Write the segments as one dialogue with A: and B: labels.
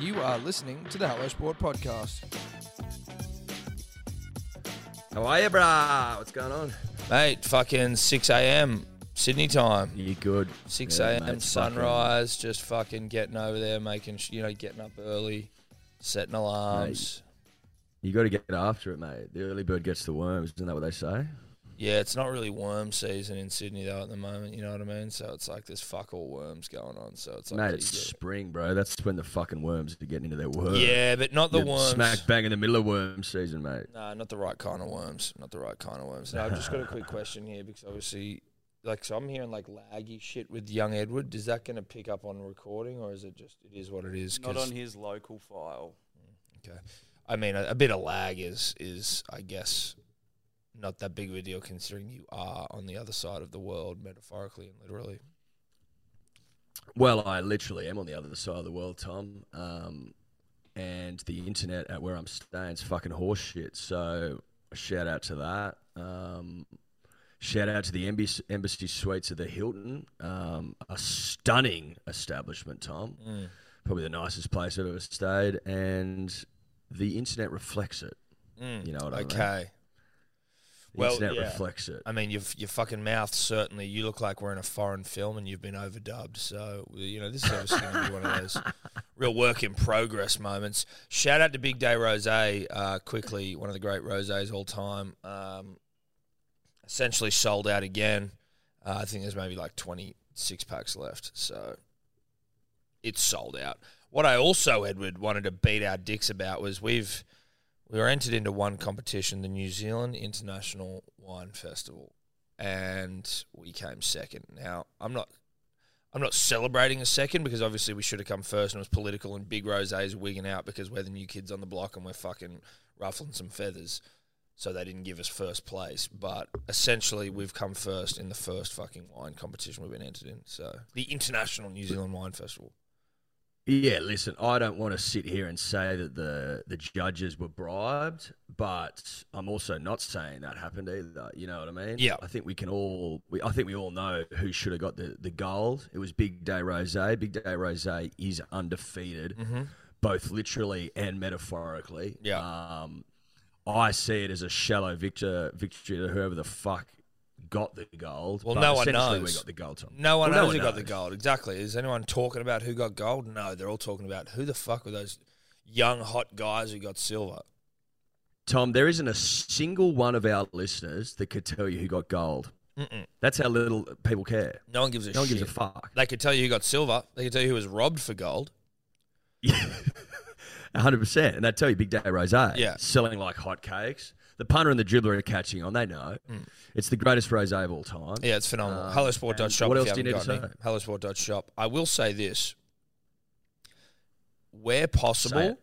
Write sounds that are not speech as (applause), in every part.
A: You are listening to the Hello Sport Podcast.
B: How are you, brah? What's going on?
C: Mate, fucking 6 a.m. Sydney time.
B: You good?
C: 6
B: Yeah,
C: a.m.
B: mate,
C: sunrise, just fucking getting over there, making, sh- you know, getting up early, setting alarms.
B: You got to get after it, mate. The early bird gets the worm. Isn't that what they say?
C: Yeah, it's not really worm season in Sydney, though, at the moment, you know what I mean? So it's like there's fuck all worms going on. So it's like.
B: mate,
C: you
B: it's
C: get-
B: spring, bro. That's when the fucking worms are getting into their worm.
C: yeah, but not the
B: You're
C: worms.
B: Smack bang in the middle of worm season, mate.
C: No, not the right kind of worms. Not the right kind of worms. No, I've just got a (laughs) quick question here because obviously, like, so I'm hearing like laggy shit with young Edward. Is that going to pick up on recording or is it just, it is what it is?
D: Not
C: 'cause-
D: on his local file.
C: I mean, a, a bit of lag is is I guess not that big of a deal considering you are on the other side of the world, metaphorically and literally.
B: Well, I literally am on the other side of the world, Tom. Um, and the internet at where I'm staying is fucking horseshit. So shout out to that. Um, shout out to the embassy, embassy suites of the Hilton. Um, a stunning establishment, Tom.
C: Mm.
B: Probably the nicest place I've ever stayed. And the internet reflects it. You know what I mean?
C: Mm. Okay.
B: The
C: Well,
B: internet
C: yeah.
B: reflects it.
C: I mean, your your fucking mouth certainly. You look like we're in a foreign film and you've been overdubbed. So you know this is obviously going to be one of those
B: (laughs)
C: real work in progress moments. Shout out to Big Day Rose, uh, quickly one of the great rosés all time. Um, essentially sold out again. Uh, I think there's maybe like 26 packs left. So it's sold out. What I also, Edward, wanted to beat our dicks about was we've we were entered into one competition, the New Zealand International Wine Festival, and we came second. Now I'm not I'm not celebrating a second because obviously we should have come first and it was political and Big Rose's wigging out because we're the new kids on the block and we're fucking ruffling some feathers. So they didn't give us first place. But essentially we've come first in the first fucking wine competition we've been entered in. So the International New Zealand Wine Festival.
B: Yeah, listen, I don't want to sit here and say that the the judges were bribed, but I'm also not saying that happened either. You know what I mean?
C: Yeah.
B: I think we can all we I think we all know who should have got the the gold. It was Big Day Rosé. Big Day Rosé is undefeated, both literally and metaphorically.
C: Mm. Yeah.
B: Um, I see it as a shallow victor victory to whoever the fuck got the gold.
C: Well,
B: but
C: no one
B: essentially We
C: knows.
B: got the gold. Tom.
C: No one
B: Well,
C: knows who got the
B: knows.
C: gold. Exactly. Is anyone talking about who got gold? No, they're all talking about who the fuck were those young hot guys who got silver.
B: Tom, there isn't a single one of our listeners that could tell you who got gold.
C: Mm-mm.
B: That's how little people care.
C: No one gives a
B: No one
C: shit.
B: gives a fuck. (laughs)
C: they could tell you who got silver. They could tell you who was robbed for gold.
B: A hundred percent, and they tell you Big Day Rosé,
C: Yeah.
B: selling like hotcakes. The punter and the dribbler are catching on. They know it's the greatest rosé of all time.
C: Hmm. Yeah, it's phenomenal.
B: Um,
C: Hellosport.shop.
B: what
C: if
B: else do
C: you
B: you
C: haven't
B: need to
C: got any. Hellosport.shop. I will say this: where possible,
B: it.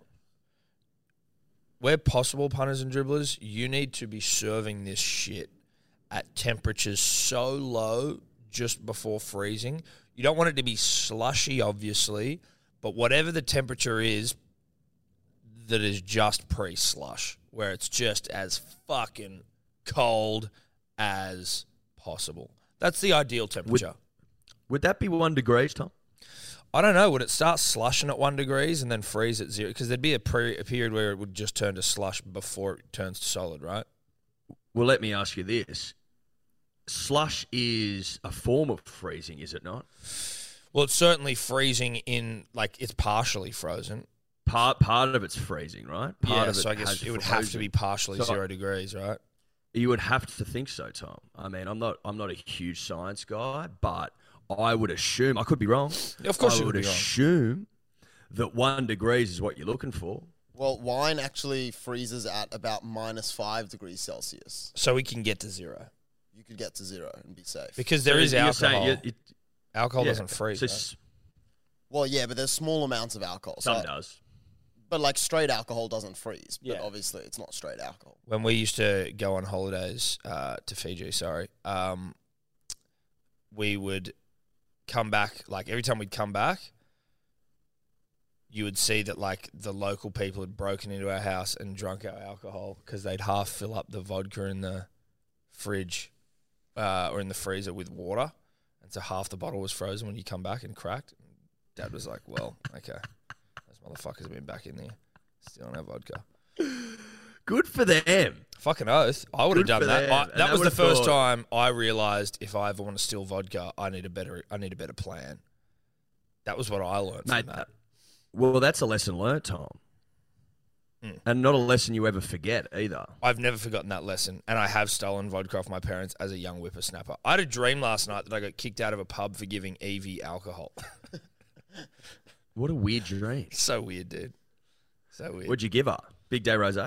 C: where possible, punters and dribblers, you need to be serving this shit at temperatures so low just before freezing. You don't want it to be slushy, obviously, but whatever the temperature is, that is just pre slush, where it's just as fucking cold as possible. That's the ideal temperature.
B: Would that be one degrees, Tom?
C: I don't know. Would it start slushing at one degrees and then freeze at zero? Because there'd be a, pre- a period where it would just turn to slush before it turns to solid, right?
B: Well, let me ask you this: slush is a form of freezing, is it not?
C: Well, it's certainly freezing in like it's partially frozen.
B: Part part of it's freezing, right? Part
C: yeah,
B: of
C: so I
B: has
C: guess it would have to
B: frozen.
C: be partially
B: So-
C: zero degrees, right?
B: You would have to think so, Tom. I mean, I'm not I'm not a huge science guy, but I would assume I could be wrong.
C: Of course
B: I
C: you
B: would
C: would be wrong.
B: assume that one degrees is what you're looking for.
E: Well, wine actually freezes at about minus five degrees Celsius.
C: So we can get to zero
E: You could get to zero and be safe.
C: because there is
B: You're saying
C: alcohol.
B: you- it-
C: alcohol
B: yeah,
C: doesn't freeze.
B: so
C: right?
B: s-
E: well, yeah, but there's small amounts of alcohol. So,
B: Some does.
E: but like straight alcohol doesn't freeze. But
C: Yeah.
E: obviously, it's not straight alcohol.
C: when we used to go on holidays uh, to Fiji, sorry, um, we would come back. Like every time we'd come back, you would see that like the local people had broken into our house and drunk our alcohol because they'd half fill up the vodka in the fridge uh, or in the freezer with water, and so half the bottle was frozen when you come back and cracked. Dad was like, "Well, okay, that's Motherfuckers have been back in there, stealing our vodka.
B: Good for them.
C: Fucking oath. I would have
B: Good
C: done
B: for
C: that.
B: them.
C: I,
B: And
C: that
B: they
C: was the
B: would've
C: first
B: thought-
C: time I realized if I ever want to steal vodka, I need a better I need a better plan. That was what I learned
B: Mate,
C: from that.
B: Well, that's a lesson learnt, Tom.
C: Mm.
B: And not a lesson you ever forget either.
C: I've never forgotten that lesson, and I have stolen vodka off my parents as a young whippersnapper. I had a dream last night that I got kicked out of a pub for giving Evie alcohol. (laughs)
B: What a weird dream.
C: so weird, dude. So weird.
B: What'd you give her? Big day rose?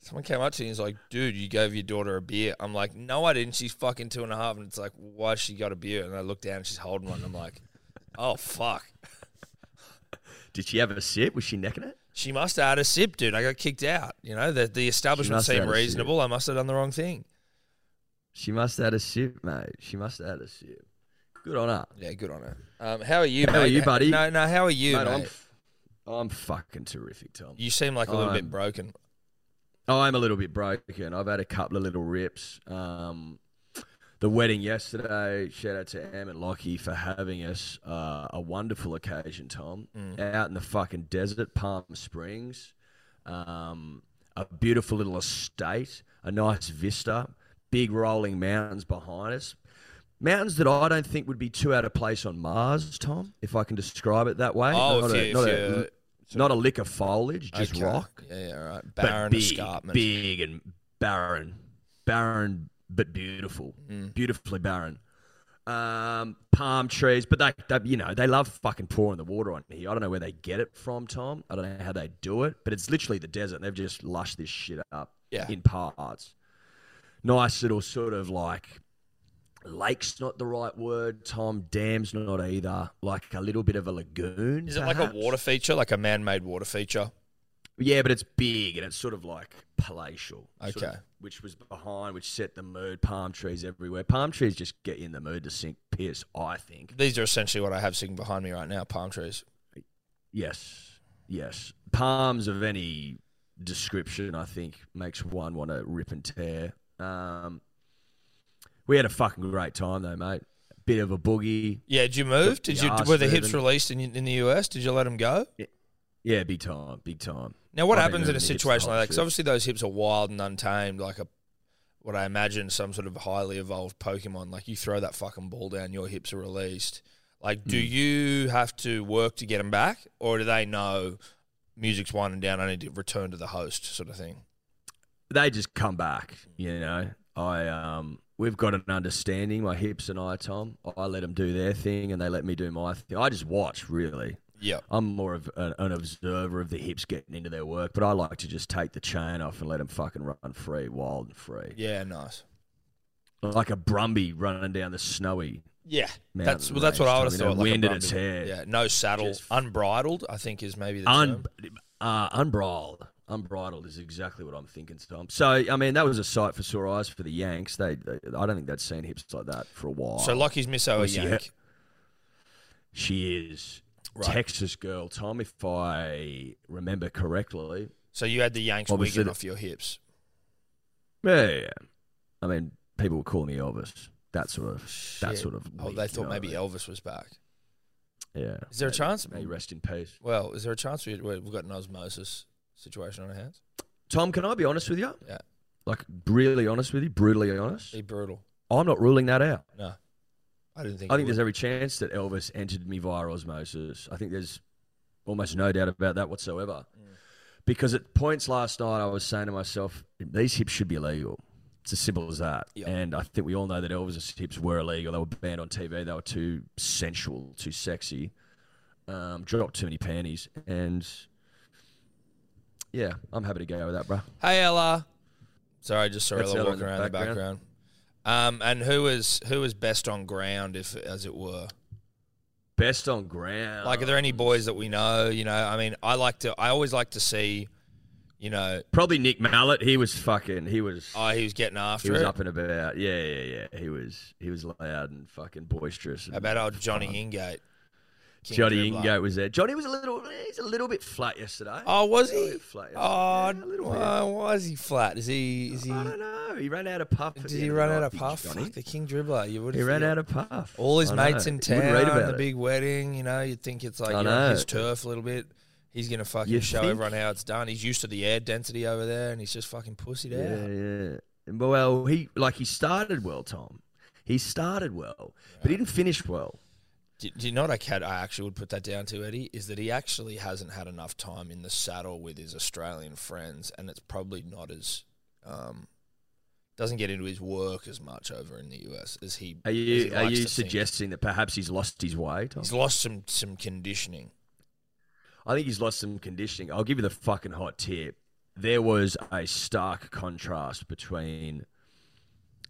C: Someone came up to me and was like, dude, you gave your daughter a beer. I'm like, no, I didn't. She's fucking two and a half. And it's like, why she got a beer? And I look down and she's holding one. I'm like, oh, fuck.
B: Did she have a sip? Was she necking it?
C: She must have had a sip, dude. I got kicked out. You know, the, the establishment
B: must have
C: seemed
B: had a sip.
C: reasonable. I must have done the wrong thing.
B: She must have had a sip, mate. She must have had a sip. Good on her.
C: Yeah, good on her. Um, how are you,
B: How are
C: mate?
B: you,
C: Ha-
B: buddy?
C: No, no, how are you,
B: Mate,
C: mate?
B: I'm, f- I'm fucking terrific, Tom.
C: You seem like a little bit
B: I'm-
C: broken.
B: Oh, I'm a little bit broken. I've had a couple of little rips. Um, the wedding yesterday, shout out to Am and Lockie for having us. Uh, a wonderful occasion, Tom.
C: Mm.
B: Out in the fucking desert, Palm Springs. Um, a beautiful little estate, a nice vista, big rolling mountains behind us. Mountains that I don't think would be too out of place on Mars, Tom, if I can describe it that way.
C: Oh, if
B: not,
C: you-
B: a, not,
C: if
B: a,
C: you-
B: not a lick of foliage, just
C: Okay.
B: rock
C: Yeah, yeah, all right.
B: but
C: Barren
B: big,
C: escarpment.
B: big and barren, barren but beautiful,
C: Mm.
B: beautifully barren. Um, palm trees, but they, they, you know, they love fucking pouring the water on here. I don't know where they get it from, Tom. I don't know how they do it, but it's literally the desert. and They've just lushed this shit up
C: Yeah.
B: in parts. Nice little sort of like lake's not the right word, Tom. Dam's not either. Like a little bit of a lagoon.
C: Is it like a
B: perhaps?
C: water feature, like a man made water feature?
B: Yeah, but it's big and it's sort of like palatial. sort of,
C: Okay.
B: which was behind, which set the mood. Palm trees everywhere. Palm trees just get you in the mood to sink piss, I think.
C: These are essentially what I have sitting behind me right now palm trees.
B: Yes. Yes. Palms of any description, I think, makes one want to rip and tear. Um, we had a fucking great time, though, mate. Bit of a boogie.
C: Yeah, did you move? Did you
B: Yeah,
C: were the hips
B: Stephen.
C: released in, in the US? Did you let them go?
B: Yeah, big time. Big time.
C: Now, what
B: I've
C: happens
B: been
C: in a
B: moving the hips the
C: situation
B: whole
C: like that? Because
B: trip.
C: obviously those hips are wild and untamed, like a what I imagine some sort of highly evolved Pokemon. Like you throw that fucking ball down, your hips are released. Like,
B: Mm.
C: do you have to work to get them back, or do they know music's winding down? I need to return to the host, sort of thing.
B: they just come back. You know, I um, we've got an understanding. My hips and I, Tom, I let them do their thing, and they let me do my thing. I just watch. Really,
C: Yeah,
B: I'm more of an, an observer of the hips getting into their work, but I like to just take the chain off and let them fucking run free, wild and free,
C: yeah, nice.
B: like a Brumby running down the snowy.
C: Yeah, that's
B: Mountain
C: well, that's what
B: range,
C: I would have
B: Tommy, no
C: thought. like a
B: wind in its
C: Brumby.
B: hair.
C: Yeah, no saddle,
B: Just-
C: unbridled. I think is maybe the term.
B: Un- uh, unbridled. Unbridled is exactly what I'm thinking, Tom. So, I mean, that was a sight for sore eyes for the Yanks. They, they I don't think they'd seen hips like that for a while.
C: So Lockie's Miss O a
B: Obviously, yeah.
C: yank.
B: She is
C: Right.
B: Texas girl, Tom, if I remember correctly.
C: So you had the Yanks
B: Obviously
C: wigging
B: the-
C: off your hips.
B: Yeah, yeah, yeah. I mean, people would call me Elvis. That sort of. That
C: Shit.
B: sort of.
C: Oh,
B: week,
C: they
B: you
C: thought
B: know
C: maybe
B: what
C: Elvis was back.
B: I mean? Yeah.
C: Is there a chance?
B: May you rest in peace.
C: Well, is there a chance we, we've got an osmosis situation on our hands?
B: Tom, can I be honest with you?
C: Yeah.
B: Like really honest with you, brutally honest.
C: Be brutal.
B: I'm not ruling that out.
C: No, I didn't think.
B: I
C: it
B: think
C: would.
B: there's every chance that Elvis entered me via osmosis. I think there's almost no doubt about that whatsoever. Because at points last night, I was saying to myself, these hips should be illegal. It's as simple as that.
C: Yeah.
B: And I think we all know that Elvis's hips were illegal. They were banned on TV. They were too sensual, too sexy. Um, dropped too many panties. And yeah, I'm happy to go with that, bro.
C: Hey Ella. Sorry, I just saw
B: That's
C: Ella
B: Ella
C: walking
B: in the
C: around in the background.
B: background.
C: Um, and who was who was best on ground, if as it were?
B: Best on ground.
C: Like, are there any boys that we know? You know, I mean, I like to. I always like to see. You know,
B: Probably Nick Mallet. He was fucking. He was.
C: oh, he was getting after
B: He was
C: it.
B: up and about. Yeah, yeah, yeah. He was he was loud and fucking boisterous.
C: How
B: And
C: about old Johnny Ingate? King
B: Johnny
C: dribbler.
B: Ingo was there. Johnny was a little, he's a little bit flat yesterday.
C: Oh, was
B: A little
C: he?
B: bit flat yesterday.
C: Oh,
B: Yeah, a little bit.
C: why, why is he flat? Is he? Is he?
B: I don't know. He ran out of puff. at
C: Did
B: the
C: he
B: end
C: run
B: the
C: out
B: night,
C: of
B: did
C: puff?
B: Johnny?
C: Fuck, the king dribbler. You would.
B: He ran out of puff.
C: All his
B: I
C: mates
B: know.
C: in
B: You
C: town.
B: wouldn't read about
C: the
B: it.
C: big wedding. You know, you'd think it's like
B: I
C: you know, his
B: know.
C: turf a little bit. He's gonna fucking
B: You
C: show
B: think-
C: everyone how it's done. He's used to the air density over there, and he's just fucking pussied
B: Yeah,
C: out.
B: yeah. Well, he like he started well, Tom. He started well, but he didn't finish well.
C: Do, do you know what I, can, I actually would put that down to, Eddie? Is that he actually hasn't had enough time in the saddle with his Australian friends, and it's probably not as. Um, doesn't get into his work as much over in the US as he.
B: Are
C: as he
B: you are
C: likes
B: you
C: to think.
B: suggesting that perhaps he's lost his way, Tom?
C: He's lost some some conditioning.
B: I think he's lost some conditioning. I'll give you the fucking hot tip. There was a stark contrast between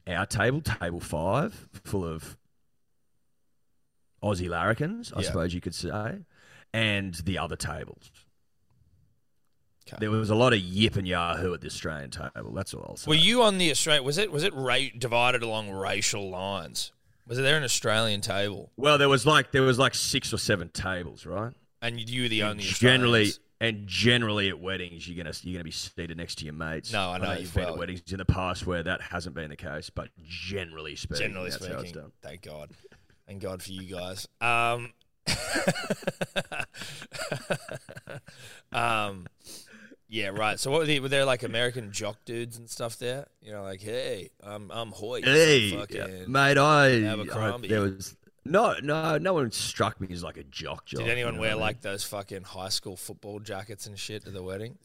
B: our table, table five, full of Aussie larrikins, I
C: Yeah.
B: suppose you could say, and the other tables.
C: Okay.
B: There was a lot of yip and yahoo at the Australian table. That's all I'll say.
C: Were you on the Australian? Was it was it ra- divided along racial lines? Was it there an Australian table,
B: well, there was like there was like six or seven tables, right?
C: and you were the only
B: generally
C: Australians?
B: and generally at weddings you're gonna you're gonna be seated next to your mates.
C: No, I know you
B: you've been
C: well.
B: at weddings in the past where that hasn't been the case, but generally speaking,
C: Generally
B: that's how it's
C: speaking,
B: done.
C: thank God, thank God for you guys. Um, (laughs) um, yeah, right. So what were, they, were there like American jock dudes and stuff there? You know, like hey, I'm I'm Hoyt.
B: Hey,
C: fucking-
B: mate, I, I
C: Abercrombie.
B: there was no no no one struck me as like a jock. jock
C: Did
B: you
C: anyone
B: know
C: wear
B: what I mean?
C: like those fucking high school football jackets and shit to the wedding?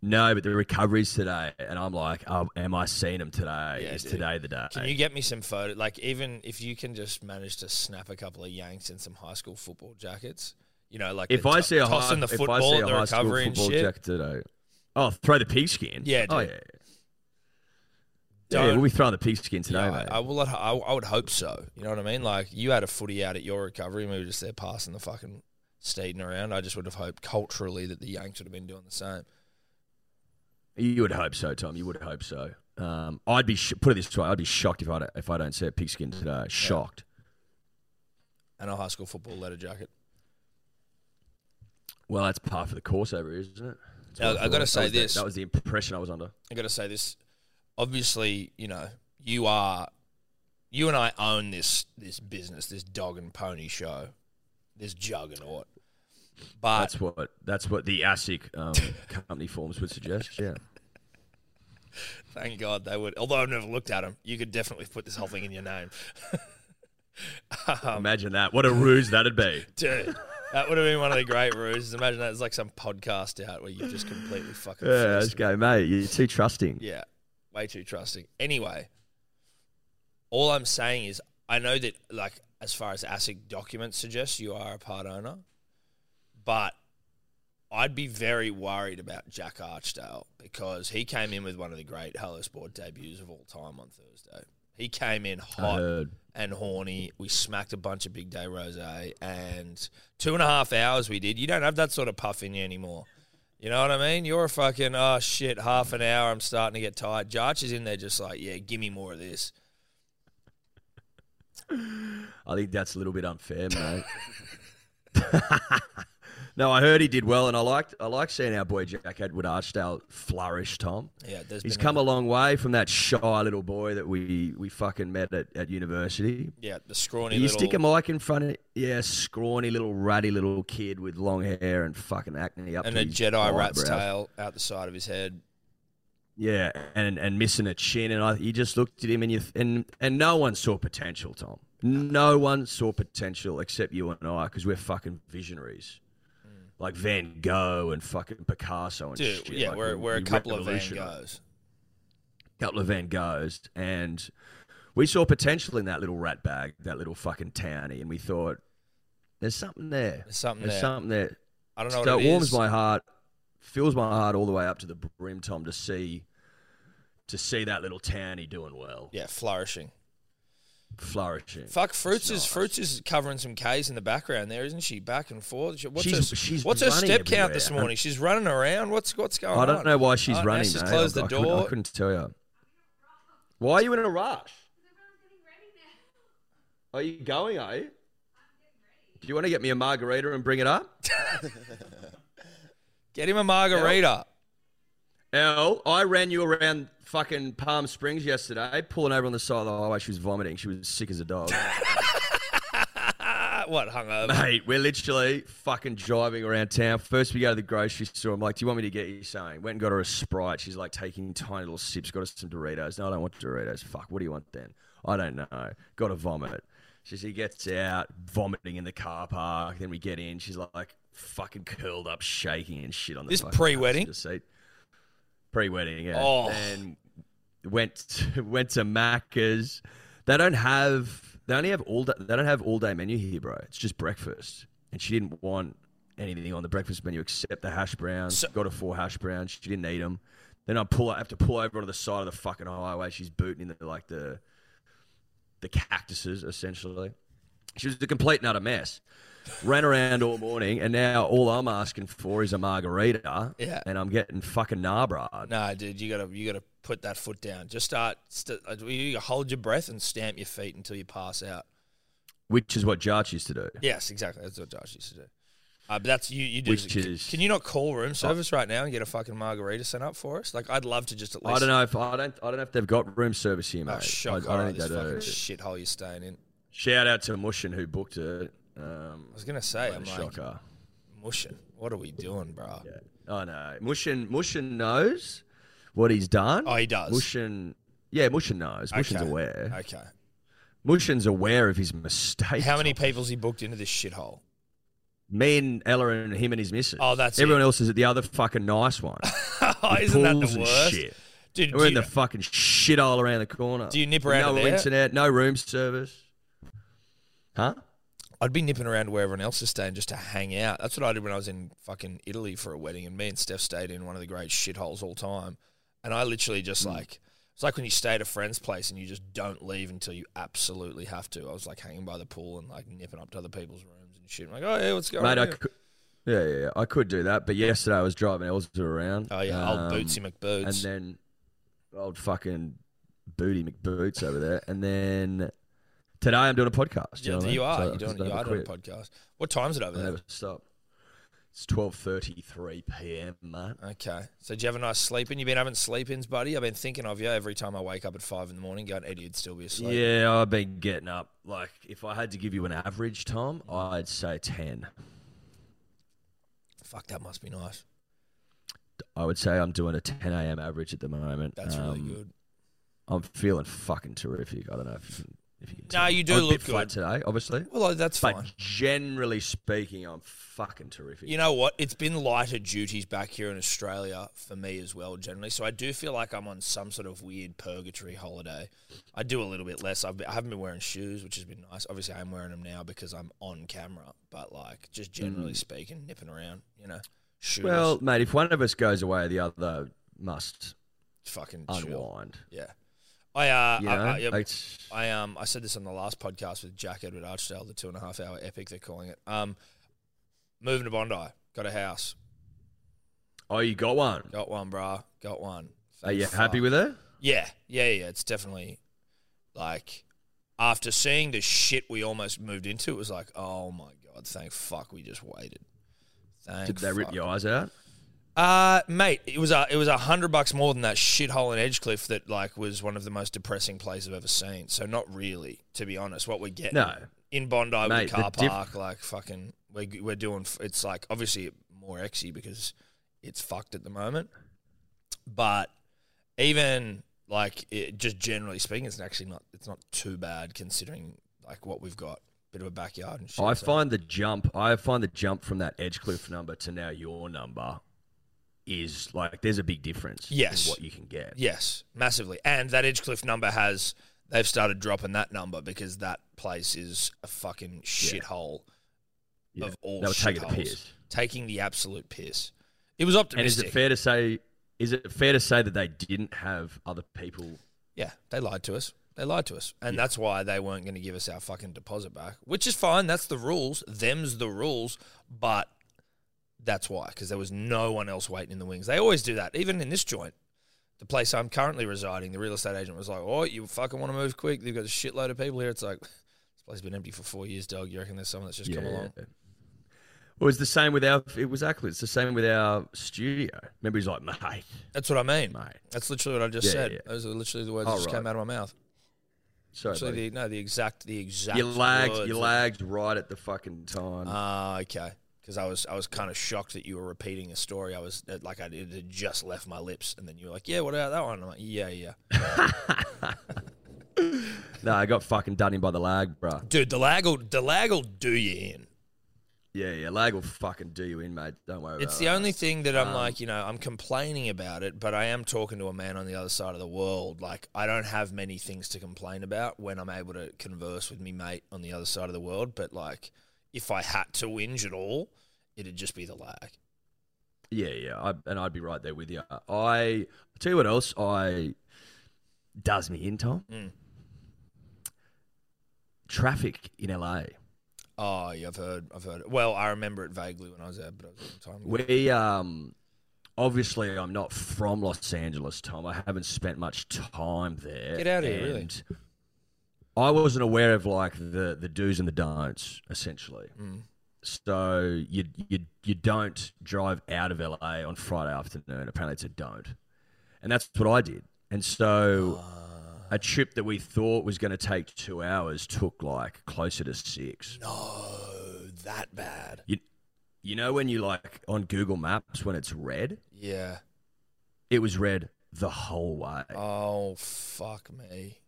B: no? But the recoveries today, and I'm like, um, am I seeing them today? Is
C: dude.
B: today the day?
C: Can you get me some photo? Like, even if you can just manage to snap a couple of yanks in some high school football jackets, you know, like
B: if
C: the
B: I
C: to-
B: see a high,
C: tossing the
B: if I
C: football
B: see
C: at
B: a
C: the
B: high school
C: recovery and
B: football
C: shit,
B: jacket today, oh, throw the pigskin.
C: Yeah,
B: oh yeah.
C: dude.
B: Yeah,
C: Don't-
B: we'll be throwing the pigskin today,
C: yeah,
B: mate.
C: I, I will. let- I, I would hope so. You know what I mean? Like, you had a footy out at your recovery, and we were just there passing the fucking steeding around. I just would have hoped culturally that the Yanks would have been doing the same.
B: You would hope so, Tom. You would hope so. Um, I'd be sh- put it this way: I'd be shocked if I don't, if I don't see a pigskin today. Shocked.
C: And a high school football letter jacket.
B: Well, that's par for the course over, here, isn't it? That's what
C: Now, I
B: thought.
C: gotta
B: That
C: say
B: was the-
C: this.
B: that was the impression I was under.
C: I got to say this. Obviously, you know, you are, you and I own this this business, this dog and pony show, this juggernaut. But
B: That's what that's what the ASIC
C: (laughs)
B: um, company forms would suggest. Yeah.
C: thank God they would. Although I've never looked at them, you could definitely put this whole thing in your name, (laughs) Um,
B: Imagine that. What a ruse
C: (laughs)
B: that'd be.
C: dude. That would have been one of the great ruses. Imagine that. It's like some podcast out where you've just completely fucking.
B: Yeah,
C: fleeced
B: let's go, mate. You're too trusting.
C: Yeah, way too trusting. Anyway, all I'm saying is I know that, like, as far as ASIC documents suggest, you are a part owner, but I'd be very worried about Jack Archdale because he came in with one of the great Hello Sport debuts of all time on Thursday. He came in
B: I
C: hot
B: heard.
C: and horny. We smacked a bunch of big day rosé, and two and a half hours we did. You don't have that sort of puff in you anymore. You know what I mean? You're a fucking oh shit. Half an hour, I'm starting to get tired. Jarch is in there just like, yeah, give me more of this.
B: I think that's a little bit unfair, mate. (laughs) no, I heard he did well, and I liked I like seeing our boy Jack Edward Archdale flourish, Tom.
C: Yeah, there's
B: He's
C: been
B: come
C: a,
B: a long way from that shy little boy that we, we fucking met at, at university.
C: yeah the scrawny
B: You
C: little
B: stick a mic in front of yeah, scrawny little ratty little kid with long hair and fucking acne up
C: and
B: to
C: a
B: his
C: Jedi rat's
B: eyebrows.
C: tail out the side of his head.
B: Yeah, and and missing a chin, and I, you just looked at him and you and and no one saw potential, Tom. No one saw potential except you and I because we're fucking visionaries. Like Van Gogh and fucking Picasso and
C: Mm. Dude,
B: shit.
C: yeah,
B: like,
C: we're, we're a couple of Van
B: revolutionary.
C: Goghs.
B: couple of Van Goghs, and we saw potential in that little rat bag, that little fucking townie, and we thought, "There's something there.
C: There's something
B: There's
C: there.
B: something there."
C: I don't know
B: So
C: what
B: it
C: it
B: warms
C: is.
B: my heart, fills my heart all the way up to the brim, Tom, to see, to see that little townie doing well,
C: yeah flourishing.
B: flourishing.
C: Fuck, Fruits is Fruits is covering some K's in the background there, isn't she? Back and forth. She- What's
B: She's-
C: her,
B: she's
C: what's her
B: running
C: step count this
B: everywhere.
C: morning? She's running around. What's what's going on?
B: I don't know why she's
C: Oh,
B: running.
C: Ness has
B: mate.
C: closed
B: I-
C: the
B: I couldn't-
C: door.
B: I couldn't tell you. Why are you in a rush? Are you going? Are you? eh? Do you want to get me a margarita and bring it up?
C: Get him a margarita.
B: L, I ran you around fucking Palm Springs yesterday, pulling over on the side of the highway. She was vomiting. She was sick as a dog.
C: Ah, what hungover?
B: Mate, we're literally fucking driving around town. First, we go to the grocery store. I'm like, "Do you want me to get you something?" Went and got her a sprite. She's like taking tiny little sips. Got us some Doritos. No, I don't want Doritos. Fuck. What do you want then? I don't know. Got a vomit. So she gets out, vomiting in the car park. Then we get in. She's like fucking curled up, shaking and shit on the
C: This
B: fucking
C: pre-wedding?
B: passenger seat. Pre-wedding, yeah.
C: Oh.
B: Then went (laughs) to, went to Macca's. They don't have they only have all day, they don't have all day menu here, bro. It's just breakfast, and she didn't want anything on the breakfast menu except the hash browns.
C: So-
B: Got her four hash browns. She didn't eat them. Then I pull I have to pull over onto the side of the fucking highway. She's booting into like the the cactuses essentially. She was a complete nut a mess. Ran around all morning, and now all I'm asking for is a margarita.
C: Yeah.
B: And I'm getting fucking Narbra.
C: Nah, dude, you gotta you gotta put that foot down. Just start. St- uh, you gotta hold your breath and stamp your feet until you pass out.
B: which is what Jarch used to do.
C: Yes, exactly. That's what Josh used to do. Uh, but that's you. You do.
B: Which
C: can,
B: is- Oh.
C: can you not call room service right now and get a fucking margarita sent up for us? Like, I'd love to just at least.
B: I don't know if I don't I don't know if they've got room service here, mate.
C: Oh, shock!
B: I, I
C: all right,
B: don't think
C: this
B: they do.
C: fucking shithole you're staying in.
B: Shout out to Mushin who booked it. Um,
C: I was gonna say, I'm
B: what a
C: like,
B: shocker.
C: mushing. What are we doing, bro?
B: I know Mushin. Mushin knows what he's done.
C: Oh, he does.
B: Mushin, yeah, Mushin knows. Mushin's
C: Okay.
B: aware.
C: Okay.
B: Mushin's aware of his mistake.
C: How many people's he booked into this
B: (laughs)
C: shithole? (laughs)
B: Me and Ella and him and his missus.
C: Oh, that's it.
B: everyone else is at the other fucking nice one.
C: (laughs) Isn't that
B: Pools
C: the
B: and
C: worst?
B: shit.
C: Dude,
B: We're
C: do
B: in the
C: you,
B: fucking shithole around the corner.
C: Do you nip
B: With
C: around
B: No
C: to there?
B: internet, no room service. Huh?
C: I'd be nipping around to where everyone else is staying just to hang out. That's what I did when I was in fucking Italy for a wedding, and me and Steph stayed in one of the great shitholes all time. And I literally just
B: Hmm.
C: like it's like when you stay at a friend's place and you just don't leave until you absolutely have to. I was like hanging by the pool and like nipping up to other people's rooms and shit. I'm like, oh yeah, what's going
B: Mate, I
C: on?
B: could, yeah, yeah, yeah, I could do that. But yesterday I was driving Elsa around.
C: oh yeah, old
B: um,
C: Bootsy McBoots.
B: And then old fucking Booty McBoots over there. And then today I'm doing a podcast.
C: yeah,
B: know what I
C: you
B: mean?
C: are.
B: So
C: you're
B: I
C: doing,
B: just
C: you
B: never
C: are doing a
B: quit.
C: podcast. What time is it over
B: I
C: there?
B: never stop. It's 12.33 p.m., mate.
C: Okay. So did you have a nice sleep in? You been having sleep ins, buddy? I've been thinking of you every time I wake up at five in the morning going, Eddie would still be asleep.
B: Yeah, I've been getting up. Like, if I had to give you an average, Tom, I'd say 10.
C: Fuck, that must be nice.
B: I would say I'm doing a 10 a.m. average at the moment.
C: That's
B: Um,
C: really good.
B: I'm feeling fucking terrific. I don't know if you can, if you can
C: No,
B: tell.
C: you do
B: I was a
C: look
B: bit flat
C: good.
B: today, obviously.
C: Well, uh, that's
B: But
C: fine.
B: generally speaking, I'm fucking terrific.
C: You know what? It's been lighter duties back here in Australia for me as well, generally. So I do feel like I'm on some sort of weird purgatory holiday. I do a little bit less. I've been, I haven't been wearing shoes, which has been nice. Obviously, I am wearing them now because I'm on camera. But like, just generally speaking, nipping around, you know, shoes.
B: well, mate, if one of us goes away, the other must
C: fucking chill.
B: unwind.
C: Yeah. I uh,
B: You
C: I,
B: know?
C: I, yeah,
B: It's-
C: I um I said this on the last podcast with Jack Edward Archdale, the two and a half hour epic they're calling it. Um, moving to Bondi, got a house,
B: oh, you got one.
C: got one, brah, got one.
B: Are you
C: Thank
B: happy
C: fuck.
B: with it?
C: Yeah, yeah, yeah. It's definitely like after seeing the shit we almost moved into, it was like, oh my god, thank fuck we just waited. Thank
B: Did they rip
C: fuck.
B: your eyes out?
C: Uh, mate, it was a it was a hundred bucks more than that shithole in Edgecliff that like was one of the most depressing plays I've ever seen. So not really, to be honest, what we're getting
B: No.
C: in Bondi
B: Mate,
C: with the car
B: the diff-
C: park, like fucking, we're we're doing. f- It's like obviously more exy because it's fucked at the moment, but even like it, just generally speaking, it's actually not it's not too bad considering like what we've got, bit of a backyard and shit.
B: I
C: so-
B: find the jump. I find the jump from that Edgecliff number to now your number is like there's a big difference.
C: Yes.
B: in what you can get.
C: Yes, massively. And that Edgecliff number has they've started dropping that number because that place is a fucking shithole
B: Yeah.
C: of all
B: They were taking the
C: shitholes.
B: piss.
C: Taking the absolute piss. It was
B: And is
C: optimistic.
B: it fair to say? Is it fair to say that they didn't have other people?
C: Yeah, they lied to us. They lied to us. And that's why they weren't going to give us our fucking deposit back, which is fine. That's the rules. Them's the rules. But that's why, because there was no one else waiting in the wings. They always do that, even in this joint. The place I'm currently residing, the real estate agent was like, Oh, you fucking want to move quick? They've got a shitload of people here. It's like, This place has been empty for four years, dog. You reckon there's someone that's just come along?
B: Well, it's the same with our. It was actually it's the same with our studio. Remember, he's like, mate,
C: That's what I mean.
B: mate.
C: That's literally what I just
B: Yeah,
C: said.
B: yeah, yeah.
C: Those are literally the words
B: Oh,
C: that just
B: right.
C: came out of my mouth.
B: Sorry,
C: Actually,
B: buddy.
C: the, no, the exact, the exact.
B: you lagged. You
C: words.
B: lagged right at the fucking time.
C: Ah, okay. Because I was, I was kind of shocked that you were repeating a story. I was uh, like, I it had just left my lips, and then you were like, "Yeah, what about that one?" I'm like, "Yeah, yeah."
B: no, I got fucking done in by the lag, bruh.
C: Dude, the lag will, the lag will do you in.
B: Yeah, yeah, lag will fucking do you in, mate. Don't worry.
C: It's
B: about
C: the
B: that.
C: only thing that I'm like, you know, I'm complaining about it, but I am talking to a man on the other side of the world. Like, I don't have many things to complain about when I'm able to converse with me mate on the other side of the world. But like, if I had to whinge at all, it'd just be the lag.
B: Yeah, yeah, I, and I'd be right there with you. I I tell you what else I does me in, Tom.
C: Mm.
B: Traffic in LA.
C: Oh, yeah, I've heard, I've heard. Well, I remember it vaguely when I was there, but it was a long time ago.
B: We um, obviously, I'm not from Los Angeles, Tom. I haven't spent much time there.
C: Get outta here, really.
B: and I wasn't aware of like the the do's and the don'ts, essentially.
C: Mm.
B: So you you you don't drive out of LA on Friday afternoon. Apparently, it's a don't, and that's what I did. And
C: Ah.
B: so a trip that we thought was going to take two hours took like closer to six.
C: No, that bad.
B: You know when you like on Google Maps when it's red,
C: Yeah.
B: it was red the whole way,
C: Oh, fuck me.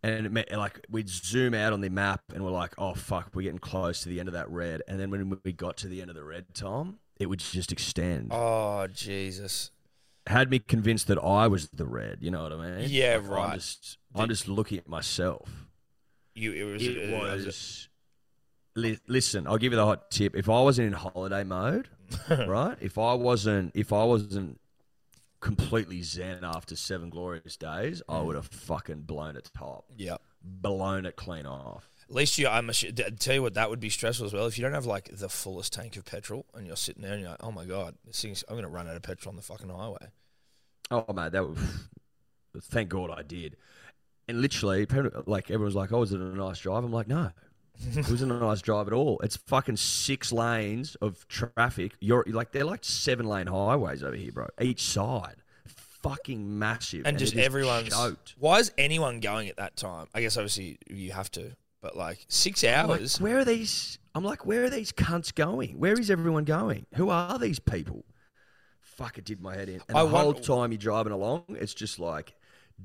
B: and it meant, like we'd zoom out on the map and we're like, oh fuck, we're getting close to the end of that red. And then when we got to the end of the red, Tom, it would just extend.
C: Oh, Jesus.
B: had me convinced that I was the red. You know what I mean?
C: Yeah,
B: Like,
C: right.
B: I'm just, I'm just looking at myself.
C: You, it was,
B: It was. Li- listen, I'll give you the hot tip. If I wasn't in
C: (laughs)
B: holiday mode, right? If I wasn't, if I wasn't completely zen after seven glorious days, I
C: Mm.
B: would have fucking blown it top,
C: yeah.
B: blown it clean off.
C: At least you, I must tell you what, that would be stressful as well. If you don't have like the fullest tank of petrol and you're sitting there and you're like, oh my God, this thing's, I'm going to run out of petrol on the fucking highway.
B: Oh mate, that was. Thank God I did. And literally, apparently- like everyone's like, "Oh, was it a nice drive?" I'm like, "No, it wasn't a nice drive at all. It's fucking six lanes of traffic. You're like, they're like seven lane highways over here, bro. Each side, fucking massive,
C: And, just
B: they're
C: everyone's.
B: choked.
C: Why is anyone going at that time? I guess obviously you have to, but like six
B: I'm like,
C: hours.
B: where are these? I'm like, where are these cunts going? Where is everyone going? Who are these people? Fuck, it did my head in. And
C: I
B: the whole
C: wonder-
B: time you're driving along, it's just like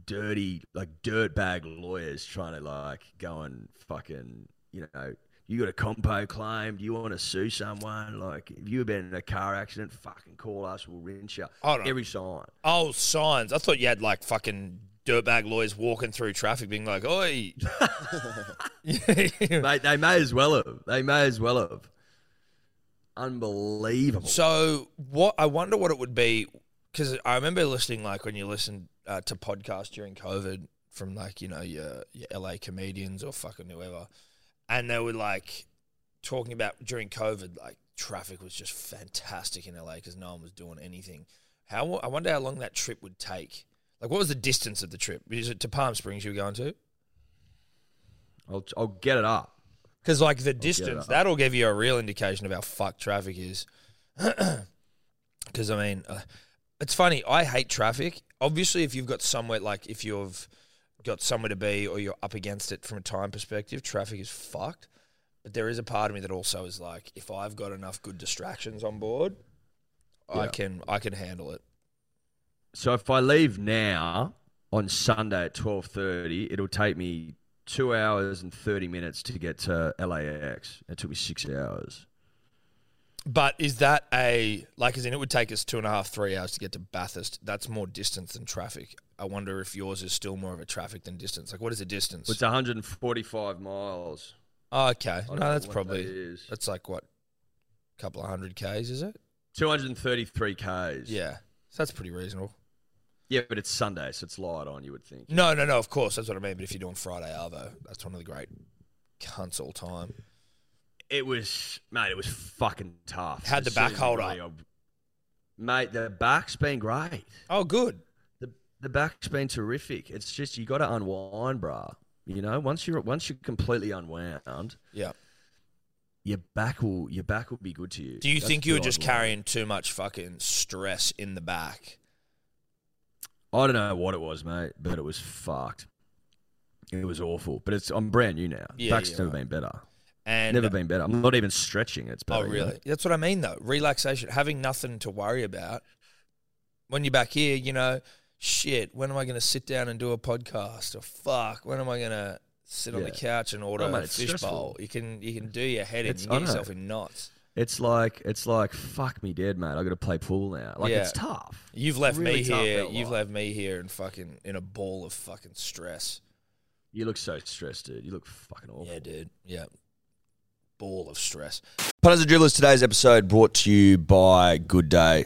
B: dirty, like dirtbag lawyers trying to like go and fucking, you know, you got a compo claim. Do you want to sue someone? Like, if you've been in a car accident, fucking call us. We'll rinse you.
C: Hold on.
B: Every sign.
C: oh, signs. I thought you had like fucking dirtbag lawyers walking through traffic being like, oi. (laughs)
B: Mate, they may as well have. They may as well have. Unbelievable.
C: So what I wonder what it would be because I remember listening like when you listen uh, to podcasts during COVID from like you know your, your LA comedians or fucking whoever, and they were like talking about during COVID like traffic was just fantastic in LA because no one was doing anything. How I wonder how long that trip would take. Like, what was the distance of the trip? Is it to Palm Springs you were going to?
B: I'll, I'll get it up.
C: Because like the distance,
B: up.
C: that'll give you a real indication of how fucked traffic is. (clears throat) Because I mean, uh, it's funny. I hate traffic. Obviously, if you've got somewhere like if you've got somewhere to be or you're up against it from a time perspective, traffic is fucked. But there is a part of me that also is like, if I've got enough good distractions on board, I
B: Yeah.
C: can I can handle it.
B: So if I leave now on Sunday at twelve thirty, it'll take me two hours and thirty minutes to get to LAX. It took me six hours.
C: But is that a like? As in, it would take us two and a half, three hours to get to Bathurst. That's more distance than traffic. I wonder if yours is still more of a traffic than distance. Like, what is the distance?
B: It's one hundred and forty-five miles.
C: oh, okay, no,
B: don't know
C: that's
B: what
C: probably
B: that is.
C: that's like what, a couple of hundred k's, is it?
B: two hundred and thirty-three k's.
C: Yeah, so that's pretty reasonable.
B: yeah, but it's Sunday, so it's light on. You would think.
C: No, no, no. Of course, that's what I mean. But if you're doing Friday Arvo, that's one of the great cunts all time.
B: It was, mate. It was fucking tough.
C: How'd the
B: As soon
C: back
B: as
C: hold
B: we- Mate, the back's been great.
C: Oh, good.
B: The the back's been terrific. It's just you got to unwind, bruh. You know, once you're once you're completely unwound,
C: Yeah.
B: your back will your back will be good to you.
C: Do you
B: That's
C: think you were
B: what
C: just
B: I've learned.
C: carrying too much fucking stress in the back?
B: I don't know what it was, mate, but it was fucked. It was awful, but it's I'm brand new now.
C: Yeah,
B: Back's
C: yeah,
B: never
C: right.
B: been better.
C: And
B: never been better. I'm not even stretching. It's
C: Oh,
B: better. you know?
C: really? That's what I mean, though. Relaxation, having nothing to worry about. When you're back here, you know, shit, when am I going to sit down and do a podcast? Or fuck, when am I going to sit on the
B: Yeah.
C: couch and order
B: Oh, mate,
C: a
B: it's
C: fish
B: stressful.
C: bowl? You can you can do your head in,
B: It's-
C: you can
B: I
C: get
B: know.
C: yourself in knots.
B: It's like it's like fuck me dead, mate. I got to play pool now. Like
C: Yeah.
B: it's tough.
C: You've left me
B: Really tough
C: here.
B: out
C: You've
B: life.
C: left me here and fucking in a ball of fucking stress.
B: You look so stressed, dude. You look fucking awful.
C: Yeah, dude. Yeah. Ball of stress. Punters and Dribblers, today's episode brought to you by Good Day,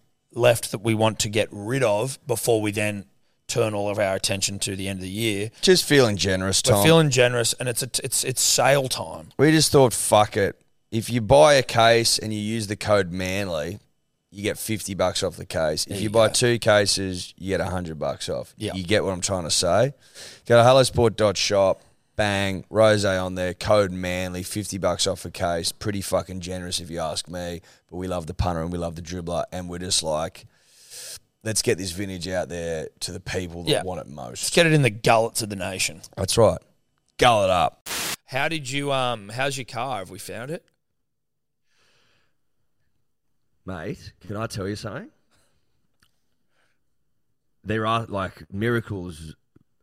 C: left that we want to get rid of before we then turn all of our attention to the end of the year.
D: Just feeling generous, Tom.
C: We're feeling generous, and it's a t- it's it's sale time.
D: we just thought, fuck it. If you buy a case and you use the code Manly, you get 50 bucks off the case. If you, buy two cases, you get 100 bucks off.
C: Yeah.
D: You get what I'm trying to say. Go to hellosport.shop, bang, rose on there, code Manly, 50 bucks off a case. Pretty fucking generous if you ask me. But we love the punter and we love the dribbler. And we're just like, let's get this vintage out there to the people that
C: Yeah.
D: want it
C: Let's
D: most.
C: get it in the gullets of the nation.
D: That's right. Gull it up.
C: How did you um? How's your car? Have we found it?
B: Mate, can I tell you something? There are like miracles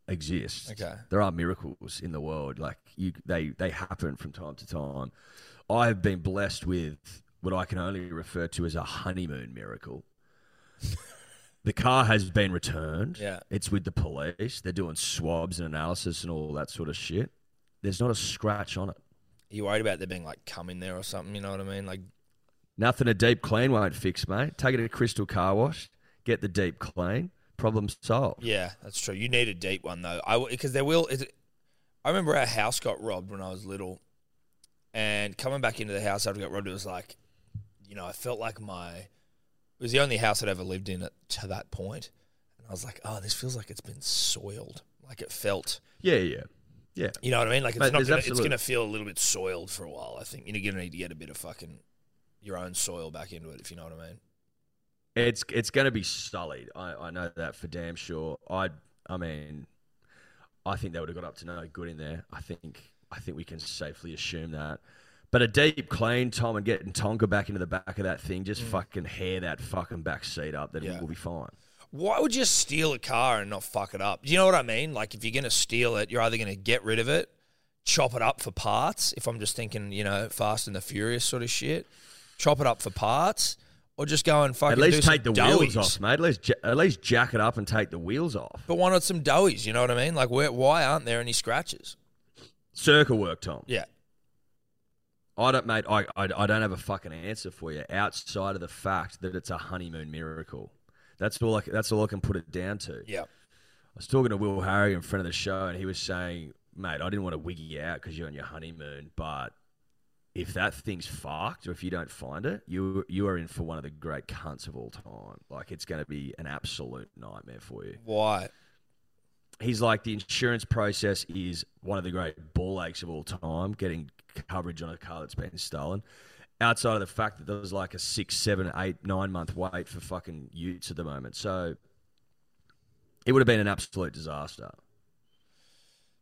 B: exist.
C: Okay.
B: There are miracles in the world. Like you they they happen from time to time. I have been blessed with what I can only refer to as a
C: (laughs)
B: honeymoon miracle. the car has been returned.
C: Yeah.
B: It's with the police. They're doing swabs and analysis and all that sort of shit. There's not a scratch on it.
C: Are you worried about there being like cum in there or something? You know what I mean? Like
B: Nothing a deep clean won't fix, mate. Take it to Crystal Car Wash, get the deep clean, problem solved.
C: Yeah, that's true. You need a deep one though. I because there will. Is I remember our house got robbed when I was little, and coming back into the house after I got robbed, it was like, you know, I felt like my it was the only house I'd ever lived in at to that point, and I was like, oh, this feels like it's been soiled. Like it felt,
B: Yeah, yeah, yeah.
C: you know what I mean? Like it's
B: Mate,
C: not.
B: there's
C: Gonna, it's
B: absolute-
C: going to feel a little bit soiled for a while. I think you're going to need to get a bit of fucking your own soil back into it, if you know what I mean.
B: It's it's going to be sullied. I, I know that for damn sure. I I mean, I think they would have got up to no good in there. I think I think we can safely assume that. But a deep clean, Tom, and getting Tonka back into the back of that thing, just fucking hair that fucking back seat up, then
C: Mm. Yeah.
B: we'll be fine.
C: Why would you steal a car and not fuck it up? Do you know what I mean? Like, if you're going to steal it, you're either going to get rid of it, chop it up for parts, if I'm just thinking, you know, Fast and the Furious sort of shit, chop it up for parts, or just go and fucking
B: At least
C: do
B: take the
C: some
B: wheels
C: doughies.
B: off, mate. At least ja- at least jack it up and take the wheels off.
C: But why not some doughies? You know what I mean? Like, where, why aren't there any scratches?
B: Circle work, Tom.
C: Yeah.
B: I don't, mate. I, I, I don't have a fucking answer for you outside of the fact that it's a honeymoon miracle. That's all. I, c- that's all I can put it down to.
C: Yeah.
B: I was talking to Will Harry in front of the show, and he was saying, "Mate, I didn't want to wig you out because you're on your honeymoon, but if that thing's fucked, or if you don't find it, you you are in for one of the great cunts of all time. Like it's going to be an absolute nightmare for you."
C: Why?
B: he's like the insurance process is one of the great ball aches of all time getting coverage on a car that's been stolen outside of the fact that there's like a six seven eight nine month wait for fucking utes at the moment so it would have been an absolute disaster